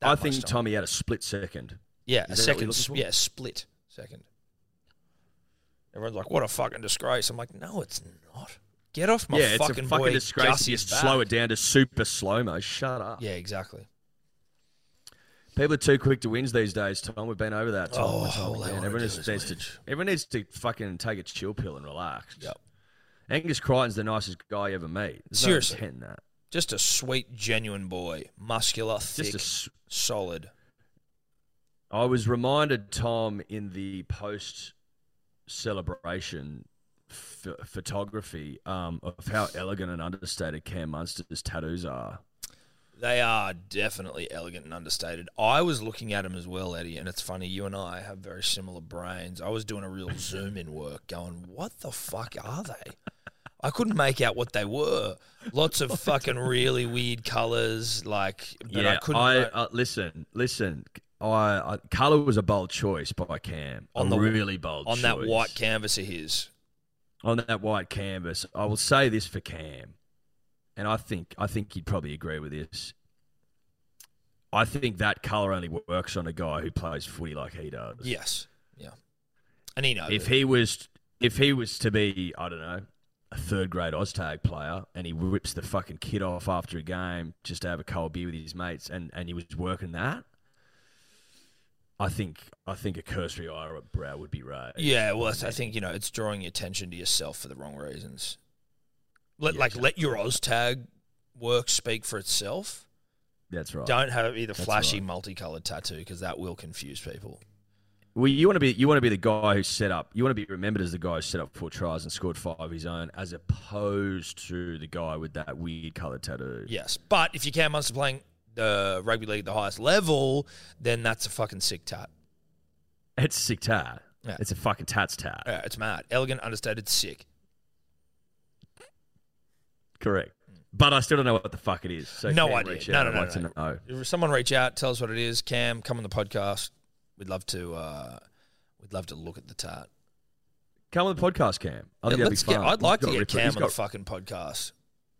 C: That
B: I
C: much
B: think
C: time.
B: Tommy had a split second.
C: Yeah,
B: Is
C: a
B: that what you're
C: second.
B: looking for?
C: Yeah, a split second. Everyone's like, "What a fucking disgrace!" I'm like, "No, it's not. Get off my
B: yeah, it's
C: fucking
B: a
C: boy
B: fucking disgrace. if You
C: Gussie's
B: just
C: back."
B: slow it down to super slow mo. Shut up.
C: Yeah, exactly.
B: People are too quick to wins these days, Tom. We've been over that. Tom,
C: Oh,
B: and time
C: all they
B: again.
C: wanna
B: everyone
C: do
B: just
C: is
B: needs to
C: whinge.
B: everyone needs to fucking take a chill pill and relax.
C: Yep.
B: Angus Crichton's the nicest guy you ever meet. There's no
C: Seriously.
B: pretending that.
C: Just a sweet, genuine boy, muscular, thick,
B: Just a s-
C: solid.
B: I was reminded, Tom, in the post celebration ph- photography um, of how elegant and understated Cam Munster's tattoos are.
C: They are definitely elegant and understated. I was looking at him as well, Eddie, and it's funny. You and I have very similar brains. I was doing a
B: (laughs)
C: real zoom in work, going, "What the fuck are they?" I couldn't make out what they were. Lots
B: (laughs)
C: of fucking really weird colors, like. But I couldn't.
B: I,
C: like-
B: uh, listen, listen. I, I color was a bold choice by Cam.
C: On
B: a
C: the-
B: really bold
C: on that
B: choice.
C: white canvas of his,
B: on that white canvas. I will say this for Cam, and I think I think he'd probably agree with this. I think that color only works on a guy who plays footy like he does.
C: yes, yeah, and he knows.
B: If
C: it.
B: he was if he was to be, I don't know, a third grade Oztag player and he whips the fucking kid off after a game just to have a cold beer with his mates and, and he was working that, I think I think a cursory eye or a brow would be raised.
C: Yeah, well, that's- I think you know it's drawing attention to yourself for the wrong reasons. Let
B: Yeah,
C: like let your OzTag work speak for itself.
B: That's right.
C: Don't have it be the
B: That's
C: flashy
B: right.
C: multicolored tattoo because that will confuse people.
B: Well, you want to be you want to be the guy who set up. You want to be remembered as the guy who set up four tries and scored five of his own, as opposed to the guy with that weird coloured tattoo.
C: Yes, but if you can monster playing the rugby league at the highest level, then that's a fucking sick tat.
B: it's a sick tat.
C: Yeah.
B: It's a fucking tats tat.
C: Yeah, uh, it's mad, elegant, understated, sick.
B: Correct. Mm. But I still don't know what the fuck it is. So
C: No
B: Cam,
C: idea.
B: reach
C: No,
B: out.
C: no,
B: I'd
C: no,
B: like
C: no.
B: to know.
C: If someone reach out, tell us what it is. Cam, come on the podcast. We'd love to. Uh, we'd love to look at the tat.
B: Come on the podcast, Cam. I think
C: Oh, Yeah,
B: that'd be
C: let's get,
B: fun.
C: I'd like
B: He's
C: to
B: got
C: get
B: rip-
C: Cam
B: he's
C: on
B: got-
C: the fucking podcast.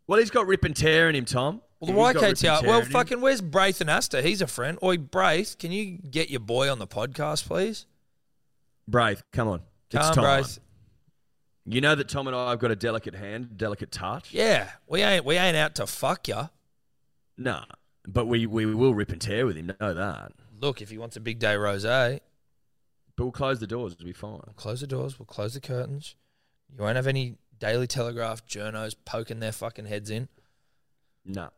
B: well, he's got rip and tear in him, Tom.
C: Well,
B: He's
C: the
B: got rip and
C: YKTR.
B: tear
C: Well,
B: in him.
C: fucking, where's Braith and Asta? He's a friend. Oi, Braith, can you get your boy on the podcast, please?
B: Braith, come on.
C: Come,
B: it's
C: on,
B: time.
C: Braith.
B: You know that Tom and I have got a delicate hand, delicate touch.
C: Yeah, we ain't we ain't out to fuck ya.
B: Nah, but we, we will rip and tear with him. Know that.
C: Look, if he wants a big day rosé,
B: But we'll close the doors. It'll be fine.
C: we'll close the doors. We'll close the curtains. You won't have any Daily Telegraph journos poking their fucking heads in.
B: No.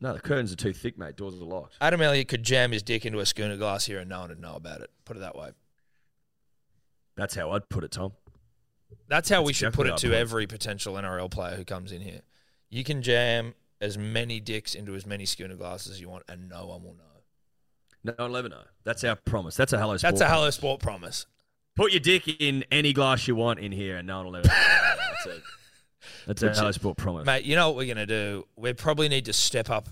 B: No, the curtains are too thick, mate. Doors are locked.
C: Adam Elliott could jam his dick into a schooner glass here and no one would know about it. Put it that way.
B: That's how I'd put it, Tom.
C: That's how we
B: That's
C: should
B: exactly
C: put
B: how
C: it
B: I
C: to
B: put it.
C: every potential NRL player who comes in here. You can jam as many dicks into as many schooner glasses as you want, and no one will know.
B: No, I'll ever know. That's our promise. That's a hello sport.
C: That's a hello sport promise.
B: Put your dick in any glass you want in here, and no one will ever. know.
C: (laughs)
B: That's it. That's a hello sport promise.
C: Mate, you know what we're going to do? We probably need to step up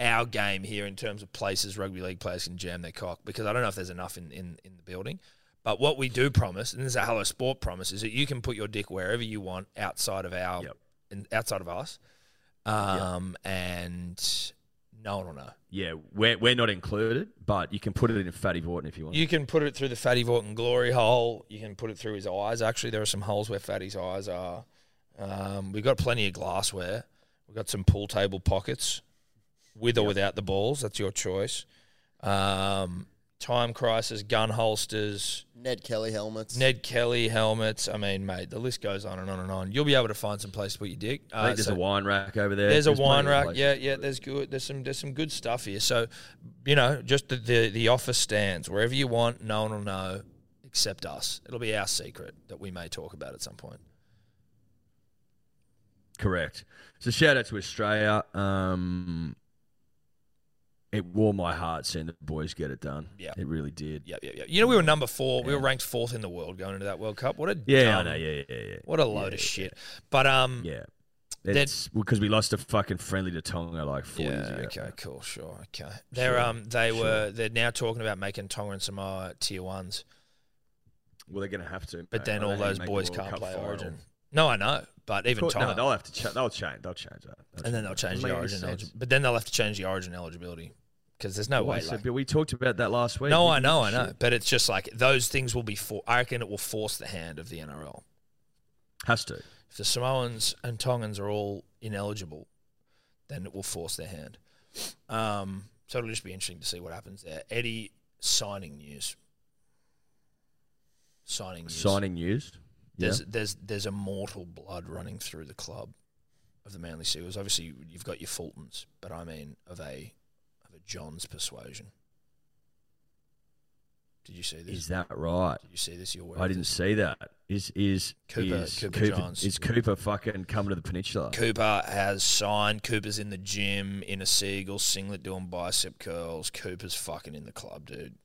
C: our game here in terms of places rugby league players can jam their cock because I don't know if there's enough in, in, in the building. But what we do promise, and this is a hello sport promise, is that you can put your dick wherever you want outside of our
B: Yep.
C: and outside of us. Um, And No one will know.
B: Yeah, we're, we're not included, but you can put it in Fatty Vorton if you want.
C: You can put it through the Fatty Vorton glory hole. You can put it through his eyes. Actually, there are some holes where Fatty's eyes are. Um, we've got plenty of glassware. We've got some pool table pockets, with or without the balls. That's your choice. Um, time crisis, gun holsters,
E: Ned Kelly helmets.
C: Ned Kelly helmets. I mean, mate, the list goes on and on and on. You'll be able to find some place to put your dick. Uh,
B: I think there's
C: so-
B: a wine rack over there.
C: there's a wine
B: plenty of
C: rack.
B: places.
C: Yeah, yeah. There's good. There's some. There's some good stuff here. So, you know, just the, the the office stands wherever you want. No one will know except us. It'll be our secret that we may talk about at some point.
B: Correct. So shout out to Australia. Um, it wore my heart seeing the boys get it done.
C: Yeah.
B: it really did.
C: Yeah, yeah, yeah. You know, we were number four. We were ranked fourth in the world going into that World Cup. What a
B: Yeah, I
C: dumb-
B: know. Yeah, yeah, yeah.
C: What a load of shit. But um,
B: Yeah, it's because we lost a fucking friendly to Tonga like four years ago.
C: Okay, cool, sure, okay. They're um, they were they're now talking about making Tonga and Samoa tier ones,
B: Well, they're gonna have to.
C: but
B: mate.
C: then
B: I
C: all
B: don't know how you
C: those
B: make a
C: boys
B: World
C: can't
B: Cup
C: play
B: final.
C: Origin. No, I know, but even
B: Cool, No,
C: Tonga,
B: they'll have to. Cha- they'll change. They'll change that. They'll
C: and then they'll
B: that.
C: change the
B: Doesn't make any
C: origin,
B: sense.
C: eligibility. but then they'll have to change the origin eligibility because there's no
B: Well, I
C: way.
B: said,
C: Like,
B: but we talked about that last week.
C: no,
B: Who
C: I
B: gives
C: know,
B: a
C: I know,
B: shit?
C: but it's just like those things will be for. I reckon it will force the hand of the NRL.
B: Has to.
C: If the Samoans and Tongans are all ineligible, then it will force their hand. Um, so it'll just be interesting to see what happens there. Eddie signing news. Signing news.
B: Signing news.
C: There's
B: yeah.
C: there's there's a mortal blood running through the club of the Manly Seagulls. Obviously, you've got your Fultons, but I mean of a of a John's persuasion. Did you see this?
B: Is that right?
C: Did you see this? You're aware
B: I
C: of
B: didn't
C: this?
B: see that. Is is
C: Cooper-
B: is
C: Cooper Johns.
B: Is Cooper fucking coming to the peninsula?
C: Cooper has signed. Cooper's in the gym in a seagull singlet doing bicep curls. Cooper's fucking in the club, dude.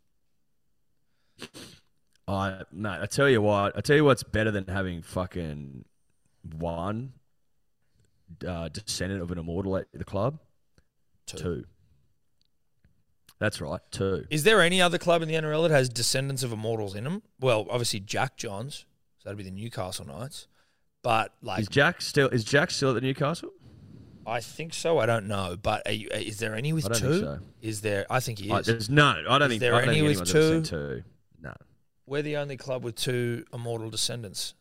B: I mate, I tell you what, I tell you what's better than having fucking one uh, descendant of an immortal at the club.
C: Two.
B: Two. That's right, two.
C: Is there any other club in the NRL that has descendants of immortals in them? Well, obviously Jack Johns, so that'd be the Newcastle Knights. But like,
B: Is Jack still? Is Jack still at the Newcastle?
C: I think so. I don't know. But are you, is there any with
B: I don't
C: two?
B: think so.
C: Is there? I think he
B: I,
C: is.
B: there's none. I don't
C: Is
B: think
C: there
B: I don't
C: any
B: think
C: with
B: anyone's ever seen two. No.
C: We're the only club with two immortal descendants.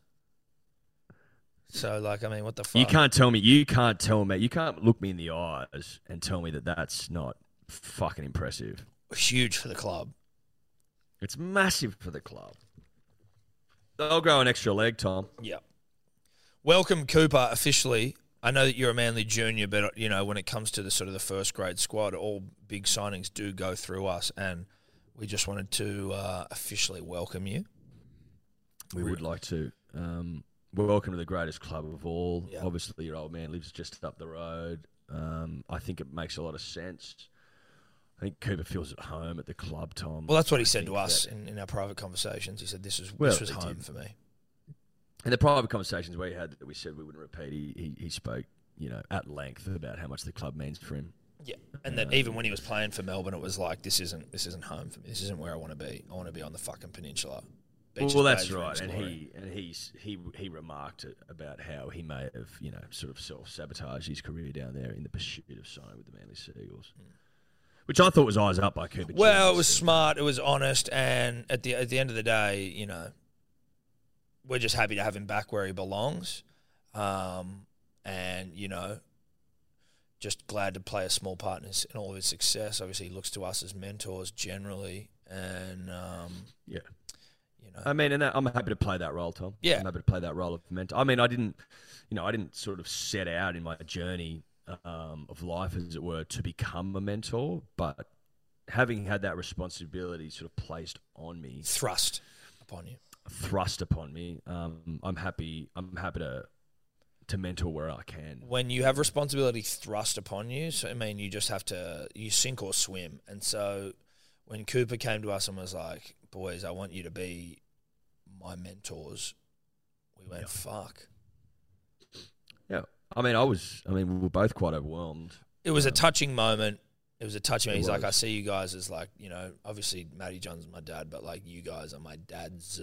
C: So like, I mean, what the fuck?
B: You can't tell me. You can't tell me. You can't look me in the eyes and tell me that that's not fucking impressive.
C: Huge for the club.
B: It's massive for the club. They'll grow an extra leg, Tom.
C: Yeah. Welcome, Cooper, officially. I know that you're a Manly junior, but you know when it comes to the sort of the first grade squad, all big signings do go through us, and we just wanted to uh, officially welcome you.
B: We would like to. Um, we're welcome to the greatest club of all.
C: Yeah.
B: Obviously, your old man lives just up the road. Um, I think it makes a lot of sense. I think Cooper feels at home at the club, Tom.
C: Well, that's what he
B: I
C: said to
B: think
C: us
B: that-
C: in, in our private conversations. He said this is
B: Well,
C: this was
B: they
C: home
B: did.
C: for me.
B: in the private conversations we had that we said we wouldn't repeat, he, he, he spoke, you know, at length about how much the club means for him.
C: Yeah, and that even when he was playing for Melbourne, it was like this isn't this isn't home for me. This isn't where I want to be. I want to be on the fucking peninsula. Beaches,
B: well, that's
C: waves,
B: right,
C: rings,
B: and
C: glory.
B: he and he's he he remarked it about how he may have you know sort of self sabotaged his career down there in the pursuit of signing with the Manly Seagulls, which I thought was eyes up by Cooper.
C: Hmm. Well, it
B: Jones.
C: was smart. It was honest, and at the at the end of the day, you know, we're just happy to have him back where he belongs, um, and you know, just glad to play a small part in, his, in all of his success. Obviously, he looks to us as mentors generally, and um,
B: yeah.
C: you know,
B: I mean, and that, I'm happy to play that role, Tom.
C: Yeah.
B: I'm happy to play that role of mentor. I mean, I didn't, you know, I didn't sort of set out in my journey um, of life, as it were, to become a mentor, but having had that responsibility sort of placed on me
C: thrust upon you.
B: thrust upon me. Um, I'm happy. I'm happy to to mentor where I can.
C: when you have responsibility thrust upon you, so I mean, you just have to you sink or swim. And so, when Cooper came to us and was like, "Boys, I want you to be my mentors," we went, "Fuck."
B: Yeah. I mean, I was. I mean, we were both quite overwhelmed.
C: It was a touching moment. It was a touching.
B: It
C: moment. He's like, "I
B: was.
C: see you guys as like, you know, obviously Matty John's my dad, but like you guys are my dads."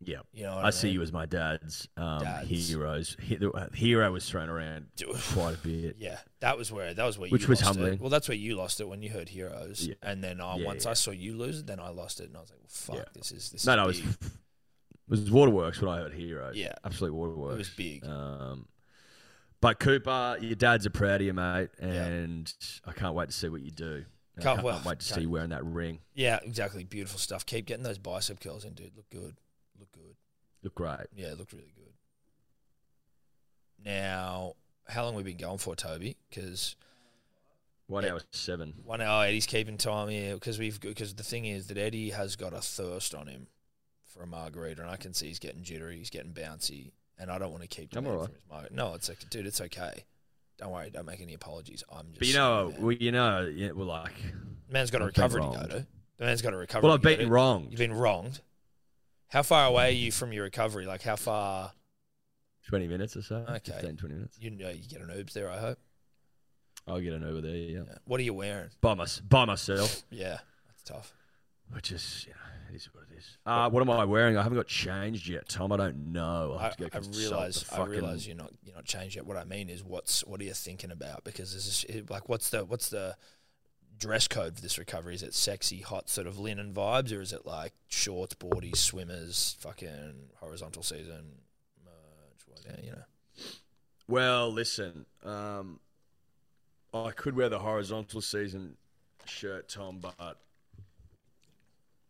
B: Yeah.
C: You know what
B: I,
C: I
B: see
C: mean?
B: you as my dad's, um,
C: Dad's.
B: heroes. He, the, uh, hero was thrown around
C: Dude.
B: quite a bit.
C: Yeah, that was where that was where
B: Which
C: you
B: was
C: lost
B: humbling.
C: It. Well, that's where you lost it when you heard Heroes,
B: Yeah.
C: and then I
B: Yeah,
C: once
B: yeah.
C: I saw you lose it, then I lost it, and I was like, well, "Fuck,
B: Yeah.
C: this is this."
B: No,
C: is
B: no, it was,
C: big.
B: it was Waterworks when I heard Heroes.
C: Yeah.
B: Absolute Waterworks.
C: It was big.
B: Um, but Cooper, your dad's a proud of you, mate, and I can't wait to see what you do. I
C: Can't- well,
B: wait to see
C: can't-
B: you wearing that ring.
C: yeah, exactly. Beautiful stuff. Keep getting those bicep curls in, dude. Look good. Look good.
B: Look great.
C: Yeah, it looked really good. Now, how long we been going for, Toby? Because
B: One
C: Yeah.
B: hour seven.
C: one hour Eddie's keeping time here because we've because the thing is that Eddie has got a thirst on him for a margarita, and I can see he's getting jittery, he's getting bouncy, and I don't want to keep the
B: I'm
C: man
B: alright.
C: from his margarita. No, it's like, dude, it's okay. Don't worry, don't make any apologies. I'm just,
B: But you know,
C: saying, man.
B: well, you know, yeah, we're like,
C: the man's got a
B: I've been
C: recovery to go
B: wronged.
C: to. The man's got a recovery.
B: well, I've
C: to go
B: been
C: to.
B: wrong.
C: You've been wronged. How far away are you from your recovery? Like, how far?
B: 20 minutes or so.
C: Okay.
B: 15, 20 minutes.
C: You know, you get an Uber there. I hope.
B: I'll get an Uber there, yeah.
C: Yeah. What are you wearing?
B: By, my, by myself,
C: Yeah, that's tough.
B: which is, you know, it is what it is. Uh, what am I wearing? I haven't got changed yet, Tom. I don't know. I'll
C: I,
B: have to go
C: I
B: consult
C: realize
B: the fucking...
C: I realize you're not you're not changed yet. What I mean is, what's what are you thinking about? Because this is it- like, what's the what's the dress code for this recovery? Is it sexy, hot sort of linen vibes, or is it like shorts, boardies, swimmers, fucking horizontal season, merge, whatever, you know?
B: Well, listen, um, I could wear the horizontal season shirt, Tom, but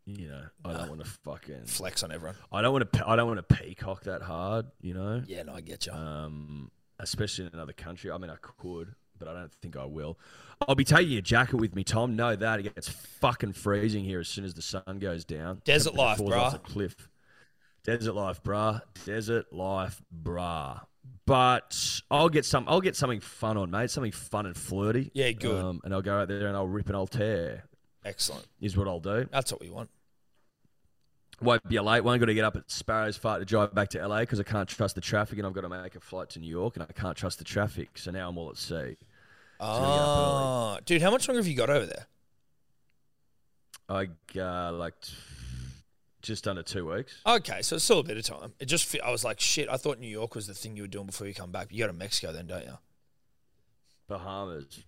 B: you know, I don't want to fucking.
C: Flex on everyone.
B: I don't want to. I don't want to peacock that hard. You know,
C: Yeah, no, I get you.
B: um, especially in another country. I mean, I could, but I don't think I will. I'll be taking a jacket with me, Tom. Know that it gets fucking freezing here as soon as the sun goes down.
C: Desert
B: Temperature
C: life,
B: falls off
C: bruh.
B: the cliff. Desert life, brah. Desert life, brah. But I'll get some. I'll get something fun on, mate. Something fun and flirty.
C: Yeah, good.
B: Um, and I'll go out there and I'll rip and I'll tear.
C: Excellent.
B: Is what I'll do.
C: That's what we want.
B: Won't be a late one. Got to get up at Sparrow's Fart to drive back to LA because I can't trust the traffic, and I've got to make a flight to New York, and I can't trust the traffic. So now I'm all at sea.
C: Ah, dude, how much longer have you got over there?
B: I uh, like t- just under two weeks.
C: Okay, so it's still a bit of time. It just fe- I was like, shit. I thought New York was the thing you were doing before you come back. But you go to Mexico then, don't you?
B: Bahamas.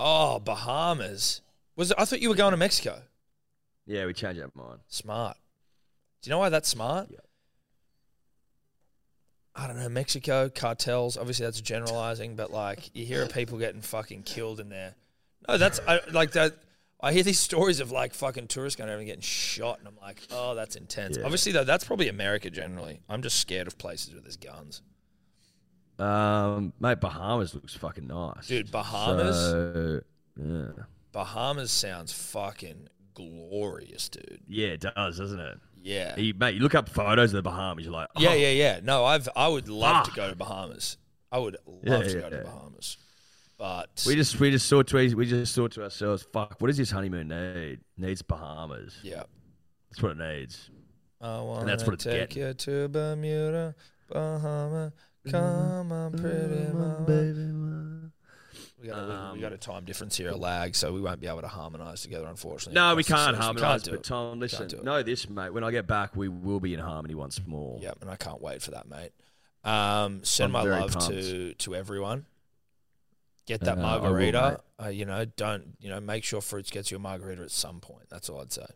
C: Oh, Bahamas. Was it, I thought you were going to Mexico.
B: Yeah, we changed our mind.
C: Smart. Do you know why that's smart?
B: Yeah.
C: I don't know. Mexico cartels. Obviously, that's generalizing, but like you hear of people getting fucking killed in there. No, that's I, like that. I hear these stories of like fucking tourists going over and getting shot, and I'm like, oh, that's intense.
B: Yeah.
C: Obviously, though, that's probably America generally. I'm just scared of places where there's guns,
B: Um, mate, Bahamas looks fucking nice,
C: dude. Bahamas.
B: So, yeah.
C: Bahamas sounds fucking glorious, dude.
B: yeah, it does, doesn't it?
C: Yeah.
B: You, mate, you look up photos of the Bahamas, you're like, oh,
C: Yeah, yeah, yeah. No, I've I would love to
B: Ah.
C: go to Bahamas. I would love
B: Yeah,
C: to
B: yeah,
C: go to
B: yeah.
C: Bahamas, but
B: We just we just thought to we just thought to ourselves, fuck, what does this honeymoon need? Needs Bahamas.
C: yeah.
B: That's what it needs.
C: I want
B: that's
C: to
B: what it's
C: take
B: getting.
C: you to Bermuda, Bahama. Come on,
B: Mm-hmm.
C: pretty mama. We got, a, we got
B: Um,
C: a time difference here, a lag, so we won't be able to harmonize together, unfortunately.
B: No, we
C: across the
B: can't
C: seas. We
B: harmonise.
C: do
B: But
C: it.
B: Tom, listen,
C: do it.
B: know this, mate. When I get back, we will be in harmony once more.
C: Yeah, and I can't wait for that, mate. Um, send
B: I'm
C: my
B: very
C: love
B: pumped.
C: to to everyone. Get that
B: Uh, I will,
C: margarita. uh, you know, don't you know? Make sure Fruits gets you a margarita at some point. That's all I'd say.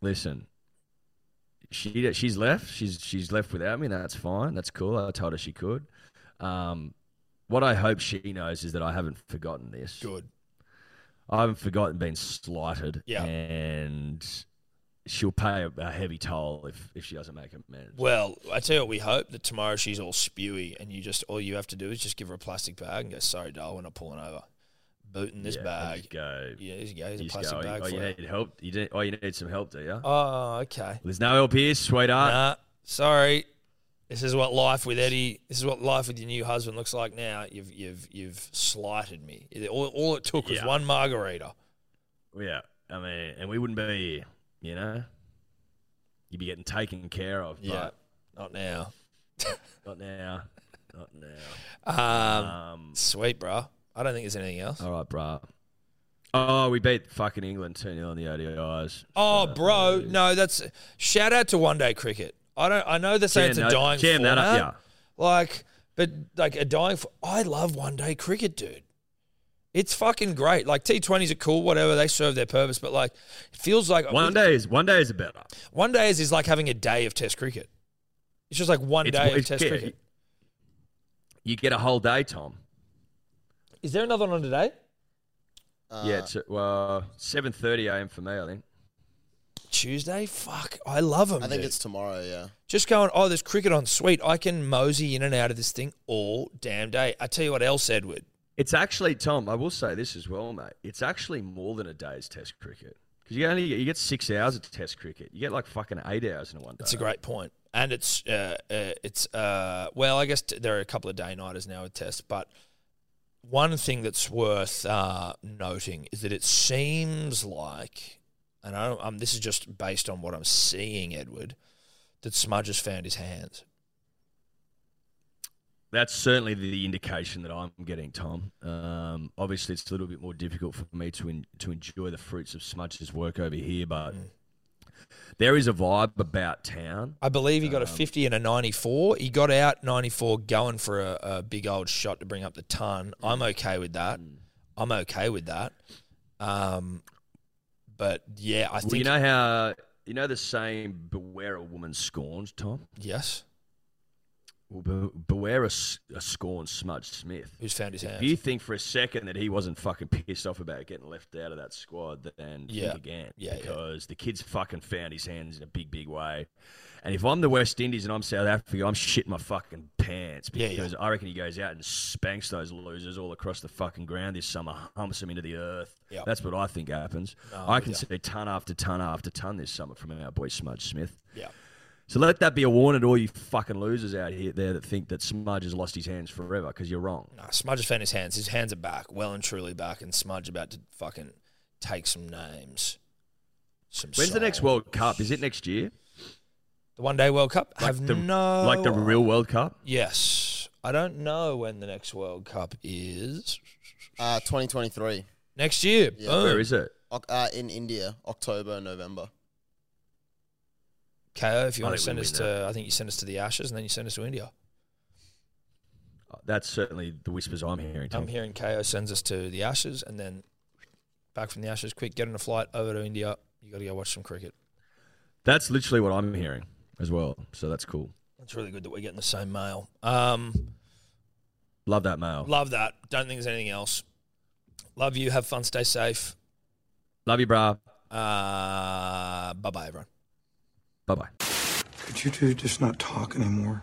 B: Listen, she she's left. She's she's left without me. That's fine. That's cool. I told her she could. Um, what I hope she knows is that I haven't forgotten this.
C: Good.
B: I haven't forgotten being slighted.
C: Yeah.
B: And she'll pay a, a heavy toll if, if she doesn't make amends.
C: Well, I tell you what, we hope that tomorrow she's all spewy, and you just all you have to do is just give her a plastic bag and go, "Sorry, doll, we're not pulling over." Booting this
B: Yeah, I
C: bag.
B: just go.
C: Yeah, here's, yeah, here's a
B: you just
C: plastic
B: go,
C: bag
B: oh,
C: for
B: you
C: you.
B: need help. You didn't, oh, you need some help, do you?
C: Oh, okay.
B: There's no help here, sweetheart.
C: Nah, sorry. This is what life with Eddie. This is what life with your new husband looks like now. You've you've you've slighted me. All, all it took was
B: Yeah.
C: one margarita.
B: Yeah, I mean, and we wouldn't be here, you know. You'd be getting taken care of,
C: Yeah, not now.
B: but not now, not now.
C: Um,
B: Um,
C: sweet, bro. I don't think there's anything else.
B: all right, bruh. Oh, we beat fucking England 2 0 on the ODIs.
C: Oh, bro, no, that's shout out to one day cricket. I don't. I know they're saying it's a
B: no-
C: dying
B: jam that
C: format.
B: up, yeah.
C: Like, but like a dying. For, I love one day cricket, dude. It's fucking great. Like T20s are cool, whatever they serve their purpose, but like it feels like
B: One day is one day is better.
C: One day is, is like having a day of Test cricket. It's just like one
B: It's-
C: day of
B: it's-
C: Test
B: yeah,
C: cricket.
B: You get a whole day, Tom.
C: Is there another one on today?
E: Uh,
B: yeah, it's well seven thirty a.m. for me. I think.
C: Tuesday? Fuck, I love them.
E: I think it's tomorrow. Yeah.
C: just going, oh, there's cricket on, sweet. I can mosey in and out of this thing all damn day. I tell you what else, Edward.
B: It's actually Tom. I will say this as well, mate. It's actually more than a day's Test cricket because you only get, you get six hours of Test cricket. You get like fucking eight hours in one day.
C: It's a great point, and it's uh, uh, it's uh, well, I guess t- there are a couple of day nighters now with tests, but one thing that's worth uh, noting is that it seems like, and I don't, um, this is just based on what I'm seeing, Edward, that Smudge has found his hands.
B: That's certainly the indication that I'm getting, Tom. Um, obviously, it's a little bit more difficult for me to en- to enjoy the fruits of Smudge's work over here, but
C: Mm.
B: there is a vibe about town.
C: I believe he got
B: Um,
C: a 50 and a 94. He got out 94 going for a, a big old shot to bring up the ton.
B: Mm.
C: I'm okay with that. I'm okay with that. Um, but yeah, I think
B: Well, you know how you know the saying "Beware a woman scorned," Tom.
C: yes.
B: Well, be- beware a, s- a scorned Smudge Smith.
C: Who's found his hands?
B: If you think for a second that he wasn't fucking (laughs) pissed off about getting left out of that squad, then
C: Yeah.
B: think again.
C: Yeah, yeah.
B: because the kid's fucking found his hands in a big, big way. And if I'm the West Indies and I'm South Africa, I'm shitting my fucking pants
C: Yeah, yeah.
B: because I reckon he goes out and spanks those losers all across the fucking ground this summer, humps them into the earth.
C: Yeah.
B: That's what I think happens.
C: No,
B: I can
C: yeah.
B: see ton after ton after ton this summer from our boy Smudge Smith.
C: yeah.
B: So let that be a warning to all you fucking losers out here there that think that Smudge has lost his hands forever because you're wrong.
C: Nah, Smudge has found his hands. His hands are back, well and truly back, and Smudge about to fucking take some names. Some
B: When's the next
C: soul.
B: World Cup? Is it next year?
C: The one day World Cup?
B: Like
C: Have
B: the,
C: no
B: like the real World Cup.
C: Yes. I don't know when the next World Cup is.
E: Uh, 2023.
C: Next year.
E: Yeah.
C: Boom.
B: Where is it?
E: Oc- Uh, in India, October, November.
C: KO, if you
B: I
C: want to
B: think we
C: send
B: win
C: us to, I think you send us to the Ashes and then you send us to India.
B: That's certainly the whispers I'm hearing. Tom.
C: I'm hearing KO sends us to the Ashes and then back from the Ashes, quick, get on a flight over to India. You got to go watch some cricket.
B: That's literally what I'm hearing as well. So that's cool.
C: It's really good that we're getting the same mail. Um,
B: Love that mail.
C: love that. Don't think there's anything else. Love you. Have fun. Stay safe.
B: Love you, brah.
C: Uh, bye bye, everyone.
B: Bye bye.
F: Could you two just not talk anymore?